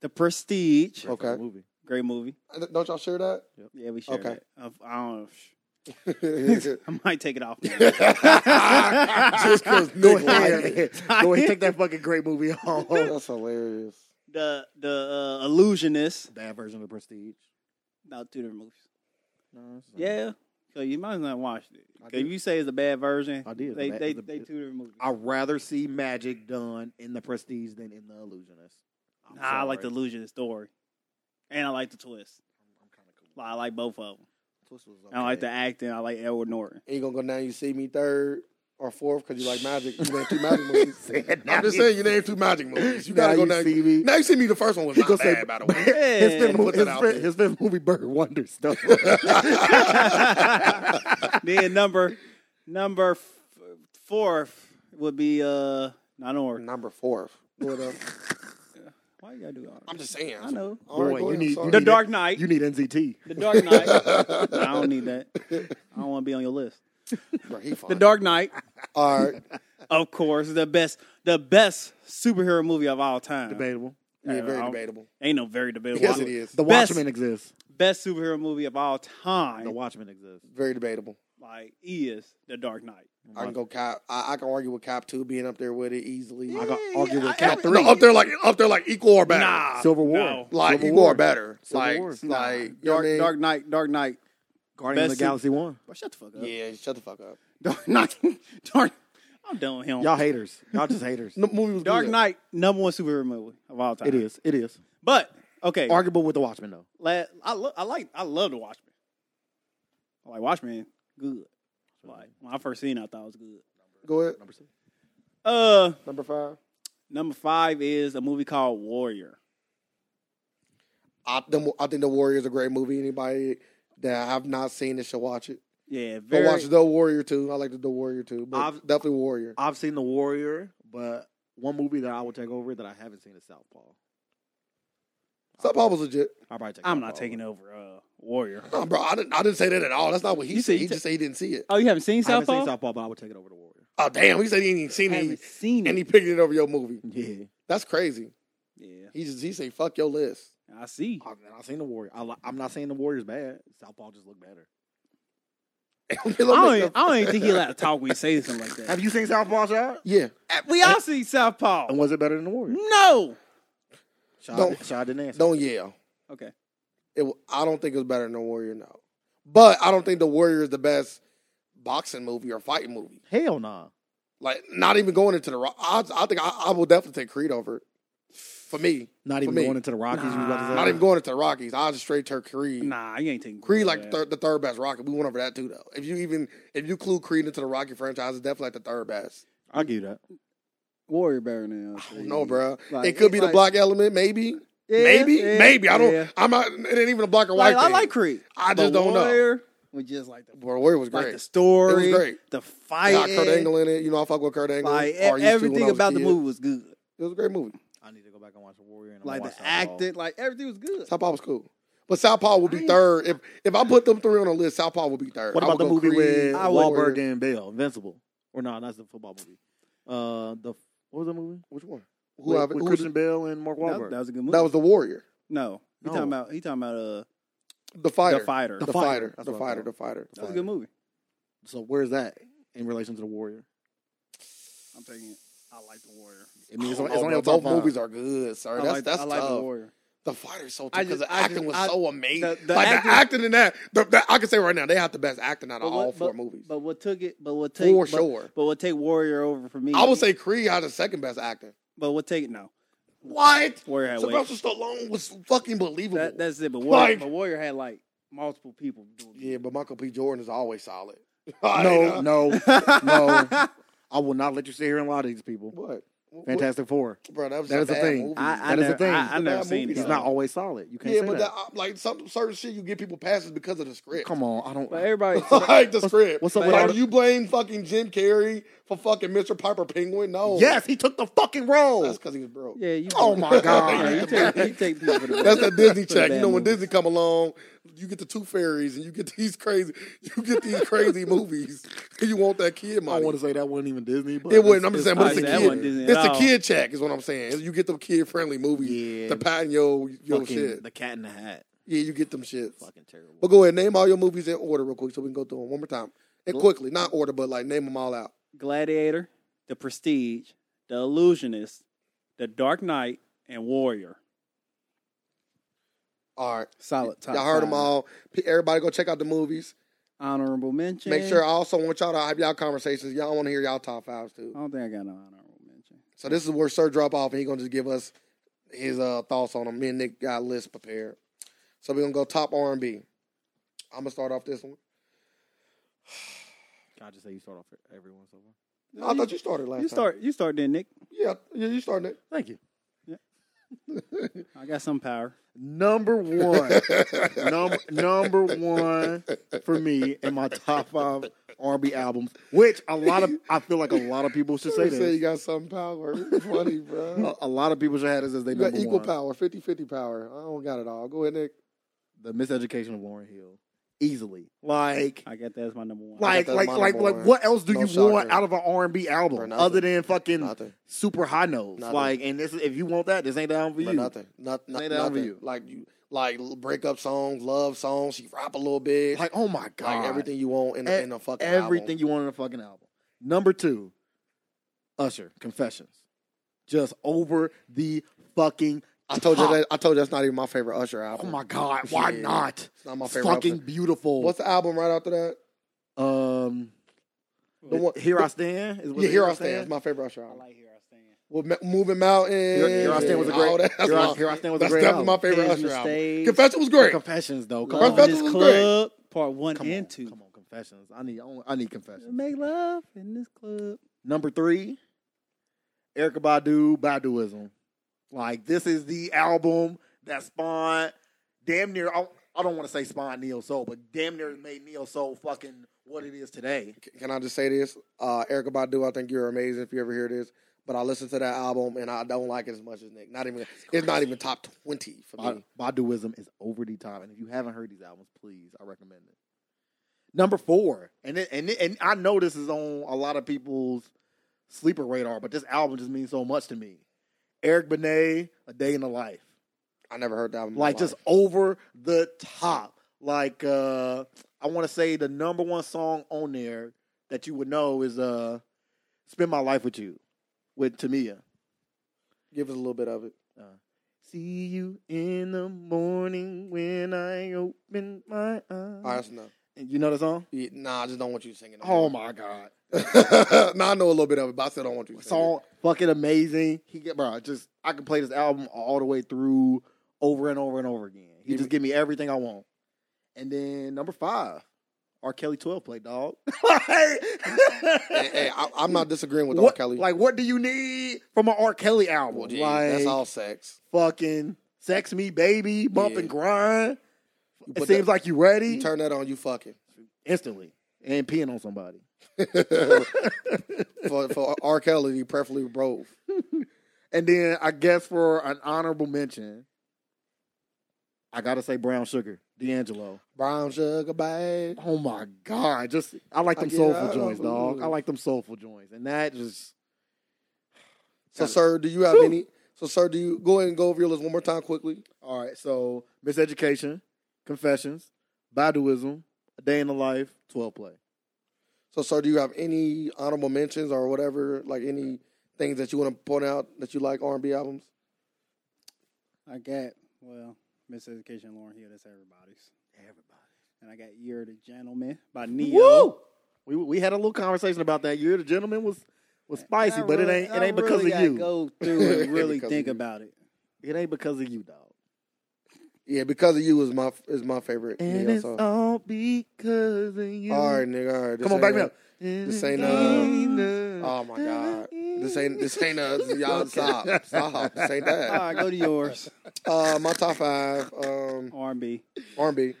the Prestige. Okay. Fucking Movie. Great movie. Don't y'all share that? Yeah, we should. Okay. Okay. I don't. Just I might take it off. because Go Nick liked it. ahead. Go ahead. Take that fucking great movie off. Oh, That's hilarious. the the uh, illusionist. Bad version of the Prestige. About two different movies. No, it's not. Yeah. So you might as well watch it. I 'Cause did. if you say it's a bad version, I did. they It's a bad- they, it's a- they two different movies. I'd rather see magic done in the Prestige than in the Illusionist. I'm Nah, I like the sorry. illusionist story, and I like the twist. I'm kinda cool. Like, I like both of them. Twist was I like okay. the acting. I like Edward Norton. Ain't gonna go now. You see me third or fourth because you like magic. You named two magic movies. Said I'm just now saying you named two magic movies. You Now gotta go you now. see me. Now you see me. The first one was He not gonna say- bad, by the way. His Yeah. fifth, Put movie, that his, out fifth, there. his fifth movie, Bird Wonders. though. then number number f- fourth would be uh not or Number fourth. What up? why you gotta do honor? I'm just saying. I know. All right, Boy, go you ahead. need- I'm sorry. The need Dark it. Knight. you need NZT. The Dark Knight. Nah, I don't need that. I don't want to be on your list. Bro, he fine. The Dark Knight, All right. of course, the best the best superhero movie of all time. Debatable. Yeah, I very don't- debatable. Ain't no very debatable. Yes, it is. The Best- Watchmen exists. best superhero movie of all time. The Watchmen exists. Very debatable. like he is the Dark Knight. I can go cop. I, I can argue with cop two being up there with it easily. I got Yeah, argue yeah, with I- Cap every- Three. No, up there like up there like equal or better. Nah, Silver War. no. like Civil equal War. or better. Civil like War. like you know Dark, what I mean? Dark Knight, Dark Knight. Guardians Best of the Galaxy One. Bro, shut the fuck up. Yeah, shut the fuck up. Dark Knight, Dark. I'm done with him. Y'all haters. Y'all just haters. The movie was Dark good. Knight, number one superhero movie of all time. It is. It is. But okay, Arguable with the Watchmen though. la- I, lo- I like I love the Watchmen. I like Watchmen, good. Like when I first seen, it, I thought it was good. Go ahead. Number six. Uh, Number five. number five is a movie called Warrior. I, the, I think the Warrior is a great movie. Anybody that I've not seen it should watch it. Yeah, Go very. watch the Warrior too. I like the, the Warrior too, but I've- definitely Warrior. I've seen The Warrior, but one movie that I will take over that I haven't seen is Southpaw. Southpaw was legit. I'll probably take. I'm Southpaw not taking over. over uh, Warrior. No, bro, I didn't. I didn't say that at all. That's not what he You said said. you He ta- just said he didn't see it. Oh, you haven't seen I haven't Southpaw? seen Southpaw, but I would take it over The Warrior. Oh damn! He said he didn't even seen I it, haven't seen and he it. picked it over your movie. Yeah, That's crazy. Yeah, He just he say fuck your list. I see. I've, Oh, I've seen The Warrior. I, li- I'm not saying The Warrior's bad. Southpaw just looked better. I I don't, even, I don't even think he allowed to talk when he say something like that. Have you seen Southpaw, Shad? Yeah, We all see Southpaw. And was it better than The Warrior? No. Shad, Don't- Shad didn't answer. don't yell. Okay. It, w- I don't think it was better than the Warrior. No, but I don't think the Warrior is the best boxing movie or fighting movie. Hell nah. Like not even going into the. Ro- I, I think I, I will definitely take Creed over it. For me, Not For even me. going into the Rockies. you about to say? not even going into the Rockies. I just straight to Creed. Uh. Nah, you ain't taking Creed like that. the third, the third best Rocket. We went over that too though. If you even if you clue Creed into the Rocky franchise, it's definitely like the third best. I'll give you that. Warrior Bear now. I don't know, bro. Like, it could be it's the like- black element, maybe, Yeah, maybe, yeah, maybe. I don't. yeah. I'm not. It ain't even a black or white. Like, I thing. like Creed. I just don't know. Warrior was just like the, Well, Warrior was great. like the story, It was great. the I fight, got Kurt Angle in it. You know, I fuck with Kurt Angle. like e- or used to when I everything was a about the kid. movie was good. It was a great movie. I need to go back and watch The Warrior. And I'm Like gonna the watch Southpaw. acting, like everything was good. Southpaw was cool, but Southpaw would be third. If if I put them three on the list, Southpaw would be third. What I about would the go movie Creed, with I would- Wahlberg Warrior. and Bale, Invincible? Or no, that's the football movie. Uh, the what was the movie? Which one? Who With- have- with who Christian did- Bale and Mark That, Wahlberg. that was a good movie. that was the Warrior, no, he No. talking about he talking about uh the fighter, the fighter. the fighter, The Fighter. That's the what I fighter, thought. the fighter. that was a good movie. so where's that in relation to the Warrior? I'm taking it. I like the Warrior. I mean, it's, I Oh, on- don't know, it's only bro. a both top five. movies are good, sir. I that's like, that's I like tough. the Warrior. The fighter's so I tough because just- the I acting just- was I- so amazing. the- the like acting- the acting in that, the, the, I can say right now they have the best acting out of But what- all four movies But what took it? But what for take? but, sure. But what take Warrior over for me? I would say Creed had the second best acting. But what take? No, What? Warrior had way. Sylvester Stallone was fucking believable. That, that's it. But Warrior, Like- but Warrior had like multiple people doing. yeah, but Michael P. Jordan is always solid. uh, No, no, it. no. I will not let you sit here and lie to these people. what? Fantastic Four. bro. That was That a is the bad thing. Movie. I, I That is never, the thing. I, I It's a never bad seen movie, it. He's though. not always solid. You can't yeah, say but that, that. I- like some certain shit you give people passes because of the script. Come on, I don't. But everybody, like the script. what's up with Like, all do the- you blame fucking Jim Carrey for fucking Mr. Piper Penguin? No. Yes, he took the fucking role. That's because he was broke. yeah, you. Oh my God. Yeah, you take, you take people for the That's that Disney for the check. bad You know, when movies. Disney come along, you get the two fairies and you get these crazy, you get these crazy movies. You want that kid I money? want to say that wasn't even Disney, but it wasn't. I'm just saying, but it's a That wasn't Disney kid. at It's a all. kid check, is what I'm saying. You get them kid friendly movies Yeah. to patent your your fucking shit. The Cat in the Hat. Yeah, you get them shits. Fucking terrible. But go ahead, name all your movies in order real quick so we can go through them one more time and quickly, not order, but like name them all out. Gladiator, The Prestige, The Illusionist, The Dark Knight, and Warrior. All right. Solid top. Y'all heard them five. all. P- Everybody go check out the movies. Honorable mention. Make sure I also want y'all to have y'all conversations. Y'all want to hear y'all top fives too. I don't think I got no honorable mention. So this is where Sir drop off, and he's gonna just give us his uh, thoughts on them. Me and Nick got a list prepared, so we're gonna go top R and B. I'm gonna start off this one. Can I just say you start off everyone so far? I thought you started last. You start. You start then, Nick. Time. Yeah, yeah, you started. Thank you. I got some power. Number one, number number one for me in my top five R&B albums, which a lot of I feel like a lot of people should say Say you this. got some power. Funny, bro. A, a lot of people should have this as they Uh, You got number equal one. power, 50-50 power. I don't got it all. Go ahead, Nick. The Miseducation of Lauren Hill. easily. Like I got that as my number one. like that's like my like number like one. what else do No you shocker. want out of an R and B For album nothing. other than fucking Nothing. super high notes? Nothing. Like and this if you want that, this ain't the album for But you. nothing. Not, not, Lay down for nothing. you. Like you like l- breakup songs, love songs, she rap a little bit. Like, Like oh my god, everything you want in, E- in a fucking everything album. you want in a fucking album. Number two, Usher Confessions, just over the fucking. I told you top. that I told you that's not even my favorite Usher Oh album. my god, why Yeah. not? It's not my It's favorite fucking Usher. beautiful. What's the album right after that? um, The one here I stand. Is what Yeah, it Here is, I Stand. It's my favorite Usher I album. like Here I Stand. Well, Ma- Moving Mountain. Here, Here I stand was a all great. that. That's Here, I, my- Here I stand was a that's great. definitely album. my favorite Page Usher album. Mistakes. Confession was great. Confessions though. Come Love on. Confessions in this was great. club, part one Come on, and two. Come on, confessions. I need I want- I need confessions. Make love in this club. Number three, Erica Badu, Baduism. Like this is the album that spawned damn near. I, I don't want to say spawned neo soul, but damn near made neo soul fucking what it is today. Can I just say this? Uh, Erica Badu, I think you're amazing if you ever hear this. But I listened to that album and I don't like it as much as Nick. Not even it's not even top twenty for me. Ba- Baduism is over the top, and if you haven't heard these albums, please, I recommend it. Number four, and it, and it, and I know this is on a lot of people's sleeper radar, but this album just means so much to me. Eric Benet, A Day in the Life. I never heard that album. in my like just life. over the top. Like uh I want to say the number one song on there that you would know is uh "Spend My Life with You" with Tamia. give us a little bit of it. See you in the morning when I open my eyes. All right, that's enough. And you know the song? Yeah, nah, I just don't want you singing. Oh my god, my! nah, I know a little bit of it, but I still don't want you. Singing. song fucking amazing. He get bro, just I can play this album all the way through, over and over and over again. He Give just me- give me everything I want. And then number five, R. Kelly twelve play dog. Like- Hey, hey, I, I'm not disagreeing with R. What- Kelly. Like, what do you need from an R. Kelly album? Well, gee, like, that's all sex. fucking sex me, baby, bump Yeah. and grind. You It put seems that- like you ready you turn that on, you fucking instantly and peeing on somebody. for for R. Kelly, you preferably broke. And then I guess for an honorable mention, I gotta say Brown Sugar, D'Angelo. Brown sugar bag. Oh my God. Just I like I them get soulful it. joints, dog. Ooh. I like them soulful joints. And that just So, Got it. sir, do you have Whew. any? So, sir, do you go ahead and go over your list one more time quickly? all right, so miseducation, confessions, Baduism, a day in the life, twelve play. So, sir, do you have any honorable mentions or whatever, like any things that you want to point out that you like R and B albums? I got well, Miss Education Lauren Hill. That's everybody's. Everybody. And I got You're the Gentleman by Neo. Woo! We we had a little conversation about that. You're the gentleman was was spicy, I but it really- ain't it I ain't because really of gotta you. Go through and really Because of think you. about it. It ain't because of you, dog. Yeah, because of you is my is my favorite. And Neo it's song. all because of you. All right, nigga. All right, this Come on, ain't back a- me up. This uh, ain't, Oh my god, this ain't this ain't a y'all stop stop. This ain't All that. right, go to yours. Uh, my top five um R&B R and B,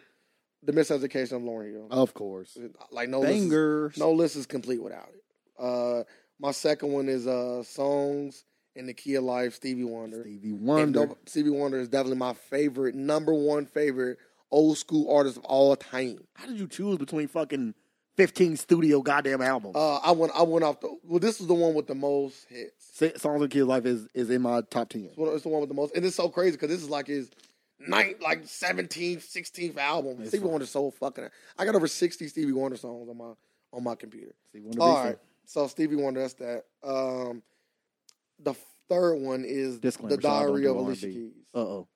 the miseducation of Lauren Hill. Of course. Like no list is- bangers. no list is complete without it. Uh, my second one is uh songs in the key of life, Stevie Wonder. Stevie And Wonder. no- Stevie Wonder is definitely my favorite, number one favorite old school artist of all time. How did you choose between fucking 15 studio goddamn albums? Uh, I went I went off the well. This is the one with the most hits. Sa- Songs of Kid Life is, is in my top 10. It's, one, it's the one with the most, and it's so crazy because this is like his ninth, like 17th, 16th album. It's Stevie fun. Wonder's so fucking. I got over 60 Stevie Wonder songs on my on my computer. Stevie Wonder All beats right, so Stevie Wonder, that's that. Um, the third one is Disclaimer, the so I don't Diary do of Alicia R&B. Keys. it. Uh-oh.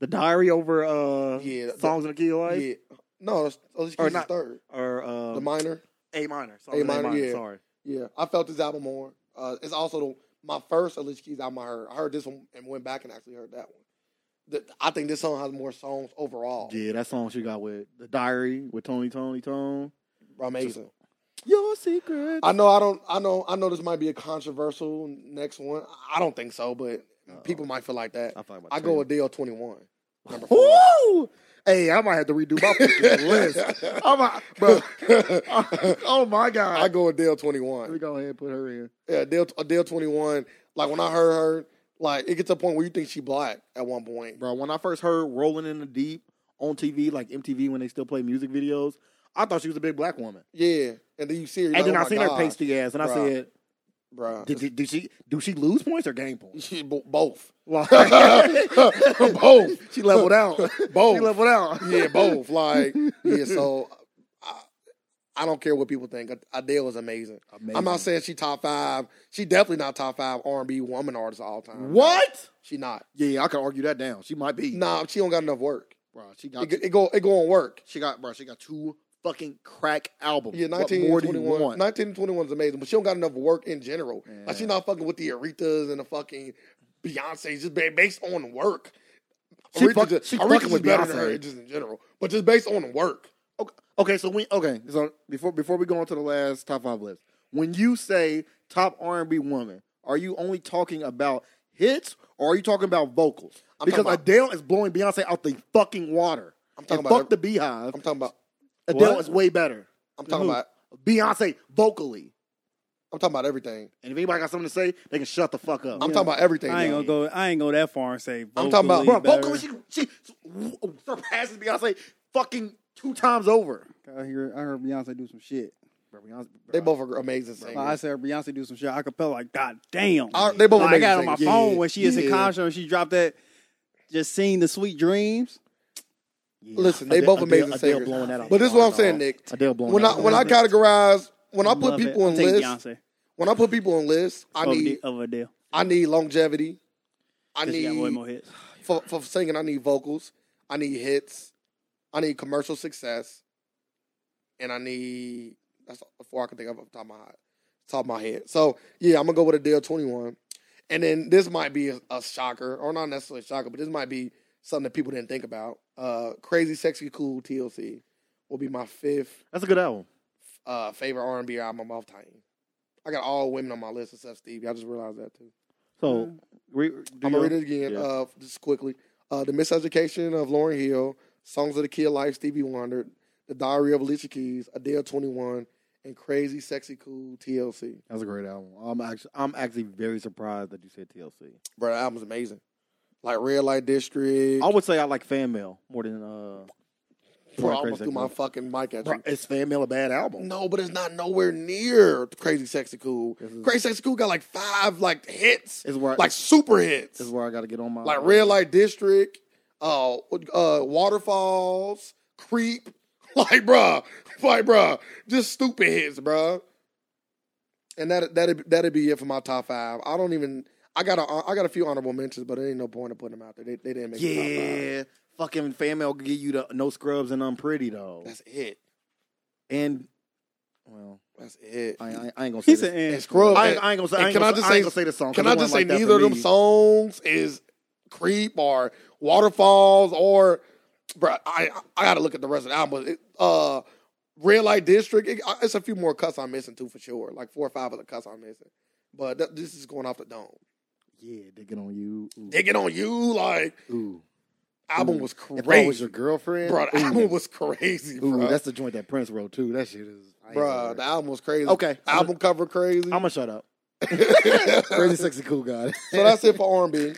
The Diary over uh, Yeah, the- Songs of the Key of Life? yeah, no, it's- Alicia Or Keys not- is third. Or uh, The minor, A minor. Songs A of minor, yeah. Sorry. yeah. I felt this album more. Uh, it's also the, my first Alicia Keys album I heard. I heard this one and went back and actually heard that one. The, I think this song has more songs overall. Yeah, that song she got with The Diary with Tony, Tony, Tone. Amazing. Your secret. I know I don't I know I know this might be a controversial next one. I don't think so, but Oh. people might feel like that. I, feel like my I go train- with DL twenty one. Number four. Woo! Hey, I might have to redo my fucking list. I'm a, bro. oh my god. I go with DL twenty Let me one. go ahead and put her in. Yeah, Dale Dale twenty one. Like when I heard her, like it gets to a point where you think she black at one point. Bro, when I first heard Rolling in the Deep on TV, like MTV when they still play music videos. I thought she was a big black woman, Oh Yeah, and then you see her. and then I seen her pasty ass, and I Bruh. said, bro. did, did, did she do she lose points or gain points? She bo- both, Like, both. she leveled out. Both. She leveled out. Yeah, both. Like, yeah. So, I, I don't care what people think. Adele is amazing. I'm Amazing. not saying she top five. She definitely not top five R&B woman artist of all time. What? She not. Yeah, I can argue that down. She might be. Nah, she don't got enough work. Bro, she got It, go- it go. It go on work. she got bro, she got two fucking crack albums. Yeah, What 19 more and do you 21. want? 19 and 21 is amazing, but she don't got enough work in general. Like, she not fucking with the Aretha's and the fucking Beyonce's, just ba- based on work. She Aretha fuck- just- she Aretha fucking just with better than Beyonce. her just in general, but just based on work. Okay, okay, so we okay. So before before we go on to the last top five list, when you say top R and B woman, are you only talking about hits or are you talking about vocals? I'm because talking about- Adele is blowing Beyonce out the fucking water. I'm talking And about fuck the Beehive. I'm talking about. Adele What? is way better. I'm talking Who? about. Beyonce vocally. I'm talking about everything. And if anybody got something to say, they can shut the fuck up. I'm talking about everything. I ain't though. gonna go. I ain't go that far and say. I'm talking about- vocally Bro, better. vocally, she, she w- surpasses Beyonce fucking two times over. I hear. I heard Beyonce do some shit. Bro, Beyonce, They both are amazing Like, I singers. said Beyonce do some shit acapella. Like, god damn. I- they both Like, I amazing got on my singers. phone Yeah, when she is yeah. in concert and she dropped that. Just seeing the sweet dreams. Listen, they both amazing singers. But this is what I'm saying, Nick. Adele blowing When that I out when I the water. categorize when I put Love it. people on I'm taking lists Beyonce when I put people on lists I over, need the, over Adele. I need longevity. I 'cause she got way more need hits. for, for singing. I need vocals. I need hits. I need commercial success. And I need that's before I can think of off the top of my head. Top of my head. So yeah, I'm gonna go with Adele 21. And then this might be a, a shocker, or not necessarily a shocker, but this might be something that people didn't think about. Uh, Crazy, sexy, cool TLC will be my fifth That's a good album. uh, favorite R&B album of all time. I got all women on my list except Stevie. I just realized that too. Mm. So, re, do I'm your- gonna read it again, Yeah. uh, just quickly. Uh, the Miseducation of Lauren Hill, Songs of the Kid Life, Stevie Wonder, The Diary of Alicia Keys, Adele 21, and Crazy Sexy Cool TLC. That's a great album. I'm actually, I'm actually very surprised that you said TLC. Bro, that album's amazing. Like Red Light District. I would say I like Fan Mail more than bro, uh. I Crazy almost Sexy threw my Cool. fucking mic at Bro, you. is Fan Mail a bad album? No, but it's not nowhere near Crazy Sexy Cool. This is- Crazy Sexy Cool got like five like hits, Is where I- like super hits. This is where I got to get on my like Red Light District, uh, uh, Waterfalls, Creep, like bruh, like bruh, just stupid hits, bruh. And that that that'd be it for my top five. I don't even. I got a I got a few honorable mentions, but it ain't no point of putting them out there. They, they didn't make the top five. Yeah, fucking Fan Mail could get you the No Scrubs and I'm Pretty though. That's it. and well, That's it. I, I, I ain't gonna say. He this. said, eh. and Scrub. I, and- ain't- I ain't gonna say. and I ain't can gonna, I just I ain't say- gonna say the song. Can 'cause I it just wasn't say like that neither for of them me. songs is Creep or Waterfalls or bro? I I gotta look at the rest of the album. It, uh, Red Light District. It, I- it's a few more cuts I'm missing too for sure. Like four or five of the cuts I'm missing. But that, this is going off the dome. Yeah, digging on you. Ooh. Digging on you like Ooh. album Ooh. was crazy, If I was your girlfriend, bro. The ooh. album was crazy, Ooh, bro. that's the joint that Prince wrote too. That shit is, I ain't bro, gonna- the album was crazy. Okay. album cover crazy. I'm gonna shut up. Crazy sexy cool guy. So that's it for R&B.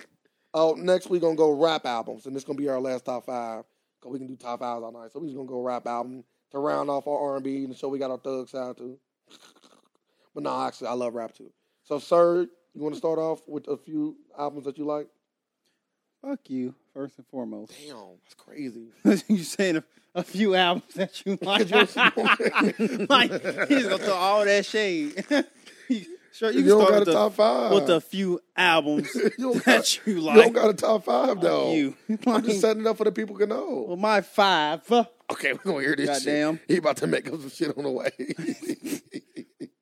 Oh, next we're gonna go rap albums, and this gonna be our last top five. Cause we can do top fives all night. So we're just gonna go rap album to round off our R&B and show we got our thug side too. But no, actually, I love rap too. So, sir, you want to start off with a few albums that you like? Fuck you, first and foremost. Damn, that's crazy. you saying a, a few albums that you like. like he's gonna throw all that shade. sure, you, You, can don't start got a with, the, top five. with the few albums You don't that you you don't like. got a top five though. You. I'm just Like, setting it up for the people to know. well, my five. okay, we're gonna hear this. Goddamn. shit. he about to make up some shit on the way.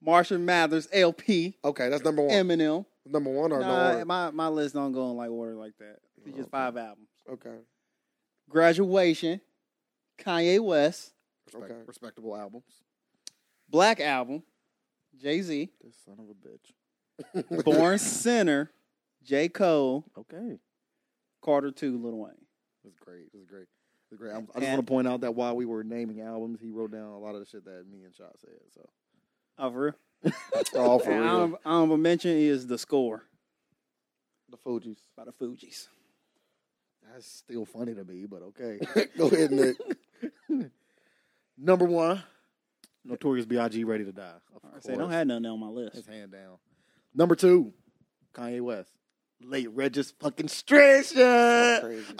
Marshall Mathers, LP, okay, that's number one. Eminem. Number one or no? Nah, order? my my list don't go in like order like that. It's just five albums. Okay. Graduation, Kanye West, Respect- Okay. Respectable albums. Black Album, Jay Z, This son of a bitch. Born Sinner, J Cole, Okay. Carter Two, Lil Wayne. That's great. That's great. That's great. I'm, I just And- want to point out that while we were naming albums, he wrote down a lot of the shit that me and Shot said. So Oh, for real? All And I'm, I'm gonna mention is the score The Fugees. by the Fugees. That's still funny to me, but okay. Go ahead, Nick. Number one, Notorious B.I.G. Ready to Die. Of I said, I don't have nothing on my list. That's hand down. Number two, Kanye West. Late Regis fucking stretch. crazy,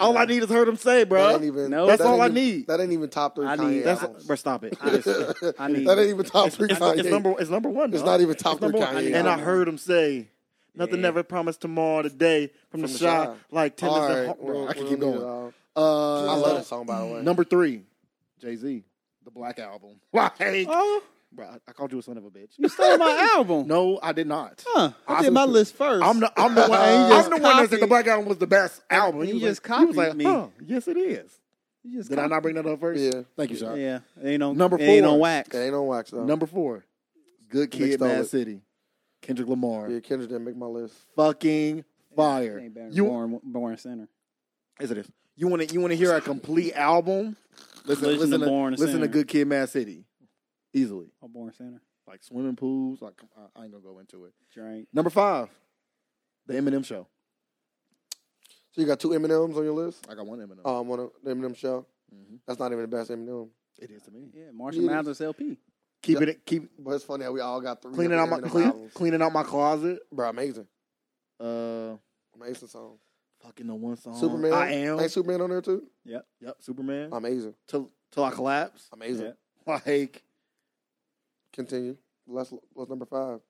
All bro. I need is heard him say, That bro. ain't even- No. that That's all ain't I even- need. That ain't even top three. I Kanye need- That's albums. bro. Stop it. I need- that ain't even top It's, three. it's- Kanye. it's number. It's number one. It's dog. not even top number three one. Kanye And I albums. heard him say, "Nothing Yeah. ever promised tomorrow today from, the, the shot, Shy. like ten All minutes." right, of heart- bro, we'll- I can we'll keep leave it going. off. Uh, I love that song by the way. Number three, Jay Z, the Black Album. Like, Oh, bro, I- I called you a son of a bitch. you stole my album. No, I did not. Huh. I, did my list first. I'm the I'm the one. And you I'm just the one that said the copied- Black Album was the best album. you was just like- he was copied like, me. huh, yes, it is. You just Did I cop- not bring that up first? Yeah. Thank you, Sean. Yeah, it ain't on Number it Ain't four. on wax. It ain't on wax though. Number four, Good Nick Kid, stole Mad it. City, Kendrick Lamar, Yeah, Kendrick didn't make my list. fucking It fire. ain't better than You Born, Born Center. yes, it is. You want to you want to hear a complete album? Listen, Listen listen, to to, Born listen Sinner. to Good Kid, Mad City, easily. Oh, Born Center. Like swimming pools. Like I, I ain't gonna go into it. Drake. Number five, the Eminem Show. So you got two Eminems on your list? I got one Eminem. Um, on the Eminem show. Mhm. That's not even the best Eminem. It is to me. Yeah, Marshall Yeah. Mathers LP. Keep it keep But it's funny how we all got three. cleaning out my Eminem clean, albums. cleaning out my closet. Bro, amazing, Uh, amazing song. fucking the one song. Superman. Oh, Um, I am. Ain't Superman on there too? Yep, Superman. Amazing, till till I collapse. amazing. Yeah. Like Continue. Last, what's number five?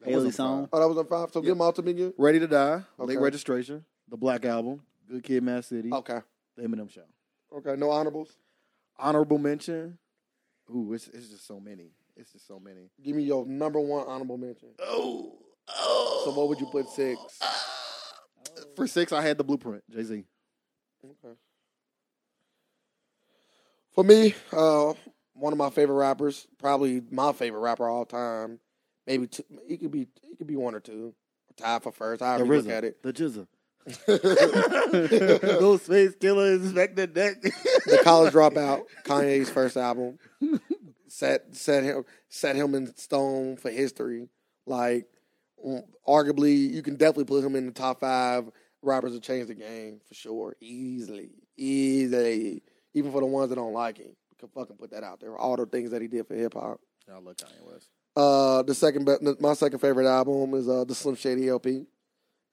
that Haley wasn't song. fun. Oh, that was number five. So Yeah. give them all to me again. Ready to Die. Okay. Late registration. The Black Album. Good Kid, Mad City. Okay, The Eminem Show. okay. No honorables. Honorable mention. Ooh, it's it's just so many. It's just so many. Give me your number one honorable mention. Oh, oh. So what would you put six? For six, I had the blueprint. Jay Z. Okay. For me, uh, one of my favorite rappers, probably my favorite rapper of all time. Maybe two, it could be it could be one or two. Tied for first. The However you look RZA. at it. The Jizza. the no space killer inspector deck. college dropout, Kanye's first album, set set him set him in stone for history. Like, mm, arguably, you can definitely put him in the top five rappers that changed the game for sure, easily, easily. Even for the ones that don't like him, you can fucking put that out there. All the things that he did for hip hop. I love Kanye West. Uh, the second, be- my second favorite album is uh, the Slim Shady LP.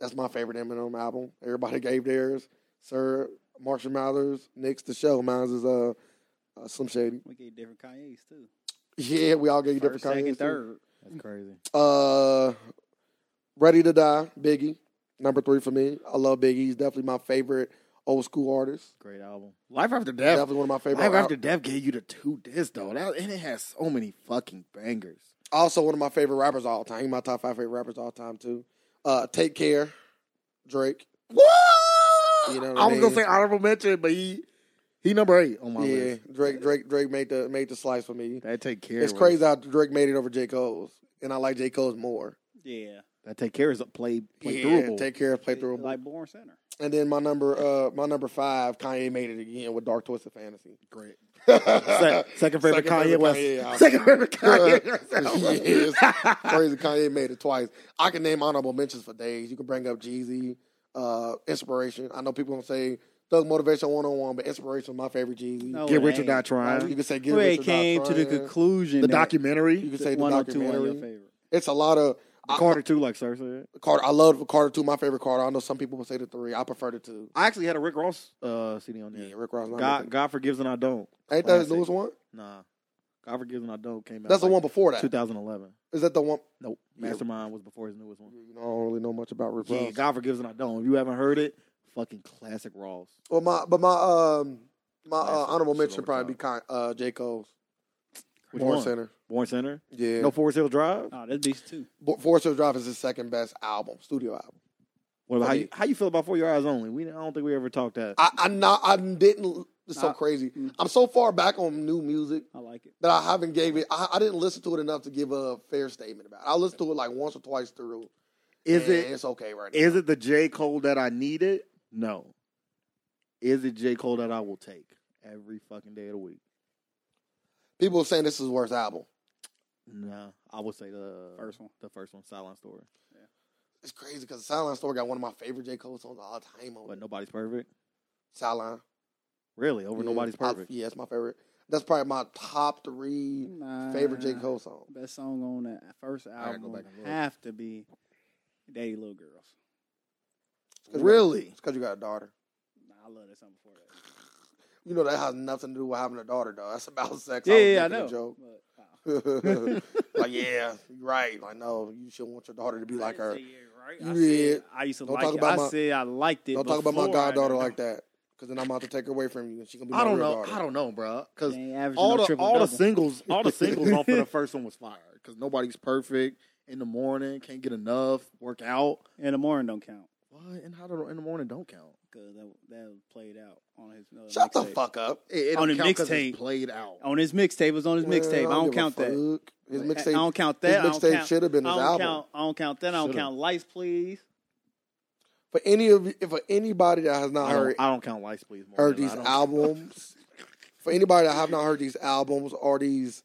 That's my favorite Eminem album. Everybody gave theirs. Sir Marshall Mathers, Nick's the show. Mine's is uh, uh Slim Shady. We get different Kanye's too. Yeah, we all gave you First, different second, kinds. third. That's crazy. Uh, Ready to Die, Biggie, number three for me. I love Biggie. He's definitely my favorite old school artist. Great album. Life After Death. Definitely one of my favorite. Life After Death gave you the two discs though, that, and it has so many fucking bangers. also one of my favorite rappers of all time. He's my top five favorite rappers of all time too. Uh, Take Care, Drake. What? You know what I I was gonna mean? say honorable mention, but he he number eight on my yeah, list. Drake. Drake. Drake made the made the slice for me. That take care. It's was- crazy how Drake made it over J Cole's, and I like J Cole's more. Yeah. That take care is a play play yeah, throughable. take care, play through. Like Born Center. and then my number, uh, my number five, Kanye made it again with Dark Twisted Fantasy. Great. yeah, Se- second favorite Second Kanye favorite West. Kanye album. second favorite Kanye it's West. crazy. Kanye made it twice. I can name honorable mentions for days. You can bring up Jeezy, uh, Inspiration. I know people gonna say Thug Motivation One on One, but Inspiration is my favorite Jeezy. No, Get it rich or ain't. die Like, you trying. can say Get We Rich or Die came to the Trying. conclusion. The that You documentary. can say the one or two on your documentary. favorite. It's a lot of I- Carter too, like sir said. Carter. I love Carter two. My favorite Carter. I know some people will say the three. I prefer the two. I actually had a Rick Ross uh, CD on there. Yeah, Rick Ross. not God, nothing. God forgives and I don't. Ain't that his classic. newest one? Nah, God forgives and I don't came out. That's the like one before that. 2011. Is that the one? Nope. Yeah. Mastermind was before his newest one. You know, I don't really know much about Rick Yeah, Ross. God forgives and I don't. If you haven't heard it, fucking classic Rawls. Well, my but my um my uh, Classic. honorable Shit mention over probably be top. Con- uh, J Cole's Which Born one? Center. Born Center. Yeah, No Forest Hill Drive. Oh, that's these two. Bo- Forest Hill Drive is his second best album, studio album. What about how Okay. you, how you feel about For Your Eyes Only? We I don't think we ever talked that. I I not I didn't. It's so Nah. crazy. Mm. I'm so far back on new music I like it. that I haven't gave it. I, I didn't listen to it enough to give a fair statement about. it. I listened to it like once or twice through. Is and it It's okay right now. is it the J Cole that I needed? No. Is it J Cole that I will take every fucking day of the week? People are saying this is his worst album. Nah, I would say the First one. The first one, Silent Story. It's crazy because the Sideline Story got one of my favorite J. Cole songs of all time on What? it. Nobody's perfect. Sideline. Really? Over Yeah, nobody's I- perfect. yeah, it's my favorite. That's probably my top three favorite J. Cole song. Best song on that first gotta go album back and would look. have to be Daddy Little Girls. really? It's because you got a daughter. Nah, I love that song before that. You know that has nothing to do with having a daughter, though. That's about sex. Yeah, was yeah, I making a know. Joke. But, uh, like, yeah, you're right. Like, no, you shouldn't want your daughter to be like her. You I, did. said, I used to Don't like talk it. about I my- said I liked it. Don't talk about my before I goddaughter did. like that, because then I'm about to take her away from you, and she gonna be my I don't real know. daughter. I don't know, bro. Because They ain't averaging all no the triple all the double. singles, all the singles off of the first one was fire. Because nobody's perfect. In the morning, can't get enough. Work out. In the morning don't count What? And how do in the morning don't count? because that, that was played out on his. Uh, Shut the mixtape. fuck up. It, it On don't the count 'cause mixtape. it's played out. On his mixtape it was on his Man, mixtape. I don't give a count that. fuck. His I mixtape. don't count His that. I don't mixtape count. should have been I his don't album. count. I don't count that. I don't Should've. count lights, please. For any of you- for anybody that has not I don't, heard I don't count lights, please. More heard than I these don't- albums, for anybody that have not heard these albums or these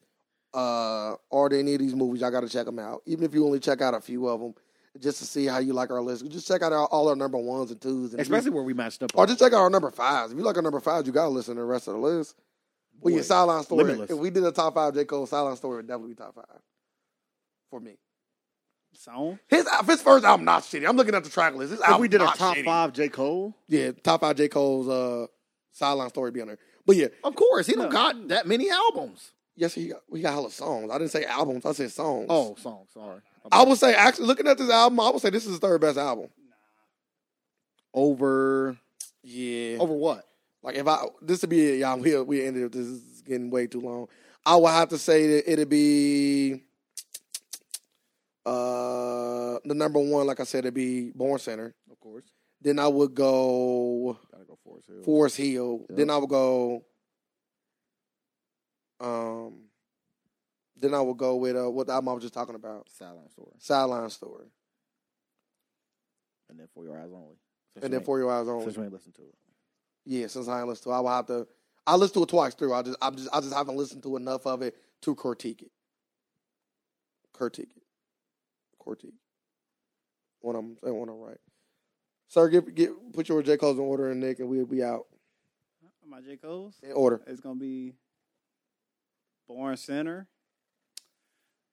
uh or any of these movies, y'all got to check them out. Even if you only check out a few of them, just to see how you like our list. Just check out our, all our number ones and twos, and if you- especially where we matched up. or just check out our number fives. If you like our number fives, you gotta listen to the rest of the list. When your Boy, sideline story, limitless. if we did a top five J Cole sideline story, would definitely be top five for me. Song. His uh, his first album not shitty. I'm looking at the track list. His if album we did a not top shitty. five J Cole, yeah, top five J Cole's uh, sideline story be on there. But yeah, of course he don't No. got that many albums. Yes, he got, we got hella songs. I didn't say albums. I said songs. Oh, songs. Sorry, I would say actually looking at this album, I would say this is his third best album. over Yeah. over what? Oh, Like if I this would be it, y'all. We we ended up. This is getting way too long. I would have to say that it'd be uh the number one. Like I said, it'd be Born Center. Of course, Then I would go gotta go Forest Hill. Forest Hill. Yep. Then I would go. Um. Then I would go with uh, what the album I was just talking about, Silent Story, Sideline Story. and then For Your Eyes Only. Since and you then For Your Eyes ain't- Only. since you ain't listened to it. Yeah, since I ain't listened to it, I will have to. I listened to it twice through. I just, I just, I just haven't listened to enough of it to critique it. Critique it. Critique. When I'm saying when I'm right. Sir, get get put your J Cole's in order and Nick, and we'll be out My J Cole's. in order. It's gonna be Born Center.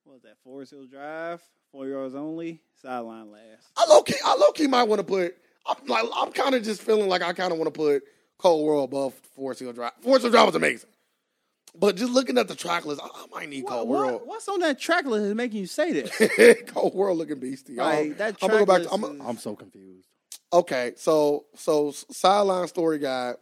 What was that? Forest Hill Drive. Four yards only. Sideline last. I low key, I low key might want to put. I'm like, I'm kind of just feeling like I kind of want to put Cold World above Forest Hill Drive. Forest Hill Drive was amazing, but just looking at the track list, I, I might need What, Cold what, World. what's on that track list that's making you say that? Cold World looking beastie. y'all. Like, that I'm gonna go back track to- I'm list gonna- is- I'm so confused. Okay, so so sideline story guy.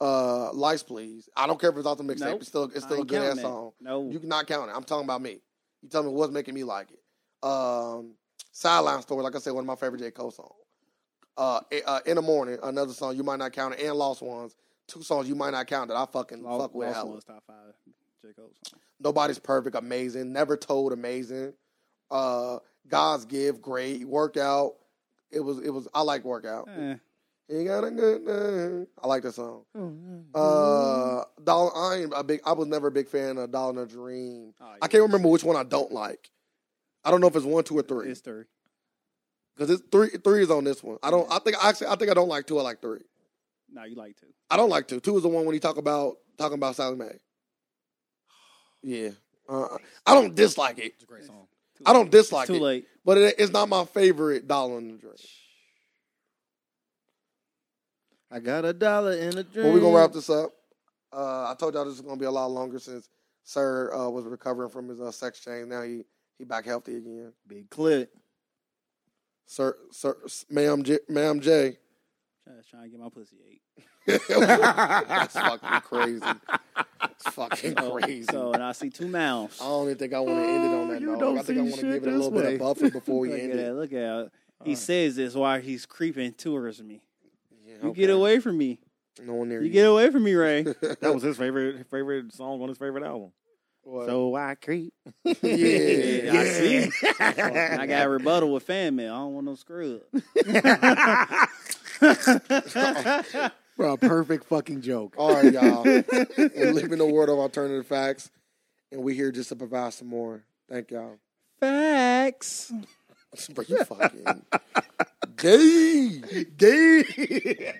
Uh, lights please. I don't care if it's off the mixtape. Nope. It's still it's I still a ain't good ass counting that. song. No, You cannot count it. I'm talking about me. You tell me what's making me like it. Um, sideline story. Like I said, one of my favorite J Cole songs. Uh, I- uh, in the morning, another song you might not count it, and Lost Ones. Two songs you might not count that I fucking Lost, fuck with. Lost hella. Ones top five. J Cole song. Nobody's perfect, amazing, never told, amazing. Uh, God's give, great workout. It was, it was. I like workout. Eh. You got a good name. I like that song. Hmm. Uh, Dollar, I ain't a big. I was never a big fan of Dollar and a Dream. Oh, yeah. I can't remember which one I don't like. I don't know if it's one, two, or three. It's three. Because it's three. Three is on this one. I don't. I think actually. I think I don't like two. I like three. No, you like two. I don't like two. Two is the one when he talk about talking about Sally Mae. Yeah. Uh, I don't dislike it. It's a great song. I don't dislike Too it. late. But it, it's not my favorite Dollar and a Dream. I got a dollar in a dream. Well, we're gonna wrap this up. Uh, I told y'all this is gonna be a lot longer since Sir uh, was recovering from his uh, sex change. Now he he back healthy again. big clip. Sir, sir, ma'am, J, ma'am J. Just trying to get my pussy ate. That's fucking crazy. It's fucking So, crazy. Oh, so, and I see two mouths. I don't even think I want to end it on Oh, that you note. don't I think I see want to give shit it a this little bit way. of buffer before we Look at end it. that. Look at that. He right. says this while he's creeping towards me. Yeah, You okay. get away from me. No one near You get away from me, Ray. That was his favorite favorite song on his favorite album. What? So I creep. yeah, Yeah, I see. And I I got a rebuttal with fan mail. I don't want no scrub. got That's bro. Perfect fucking joke. All right, y'all. We're living the world of alternative facts, and we're here just to provide some more. Thank y'all. Facts. Bro, you fucking gay. Gay.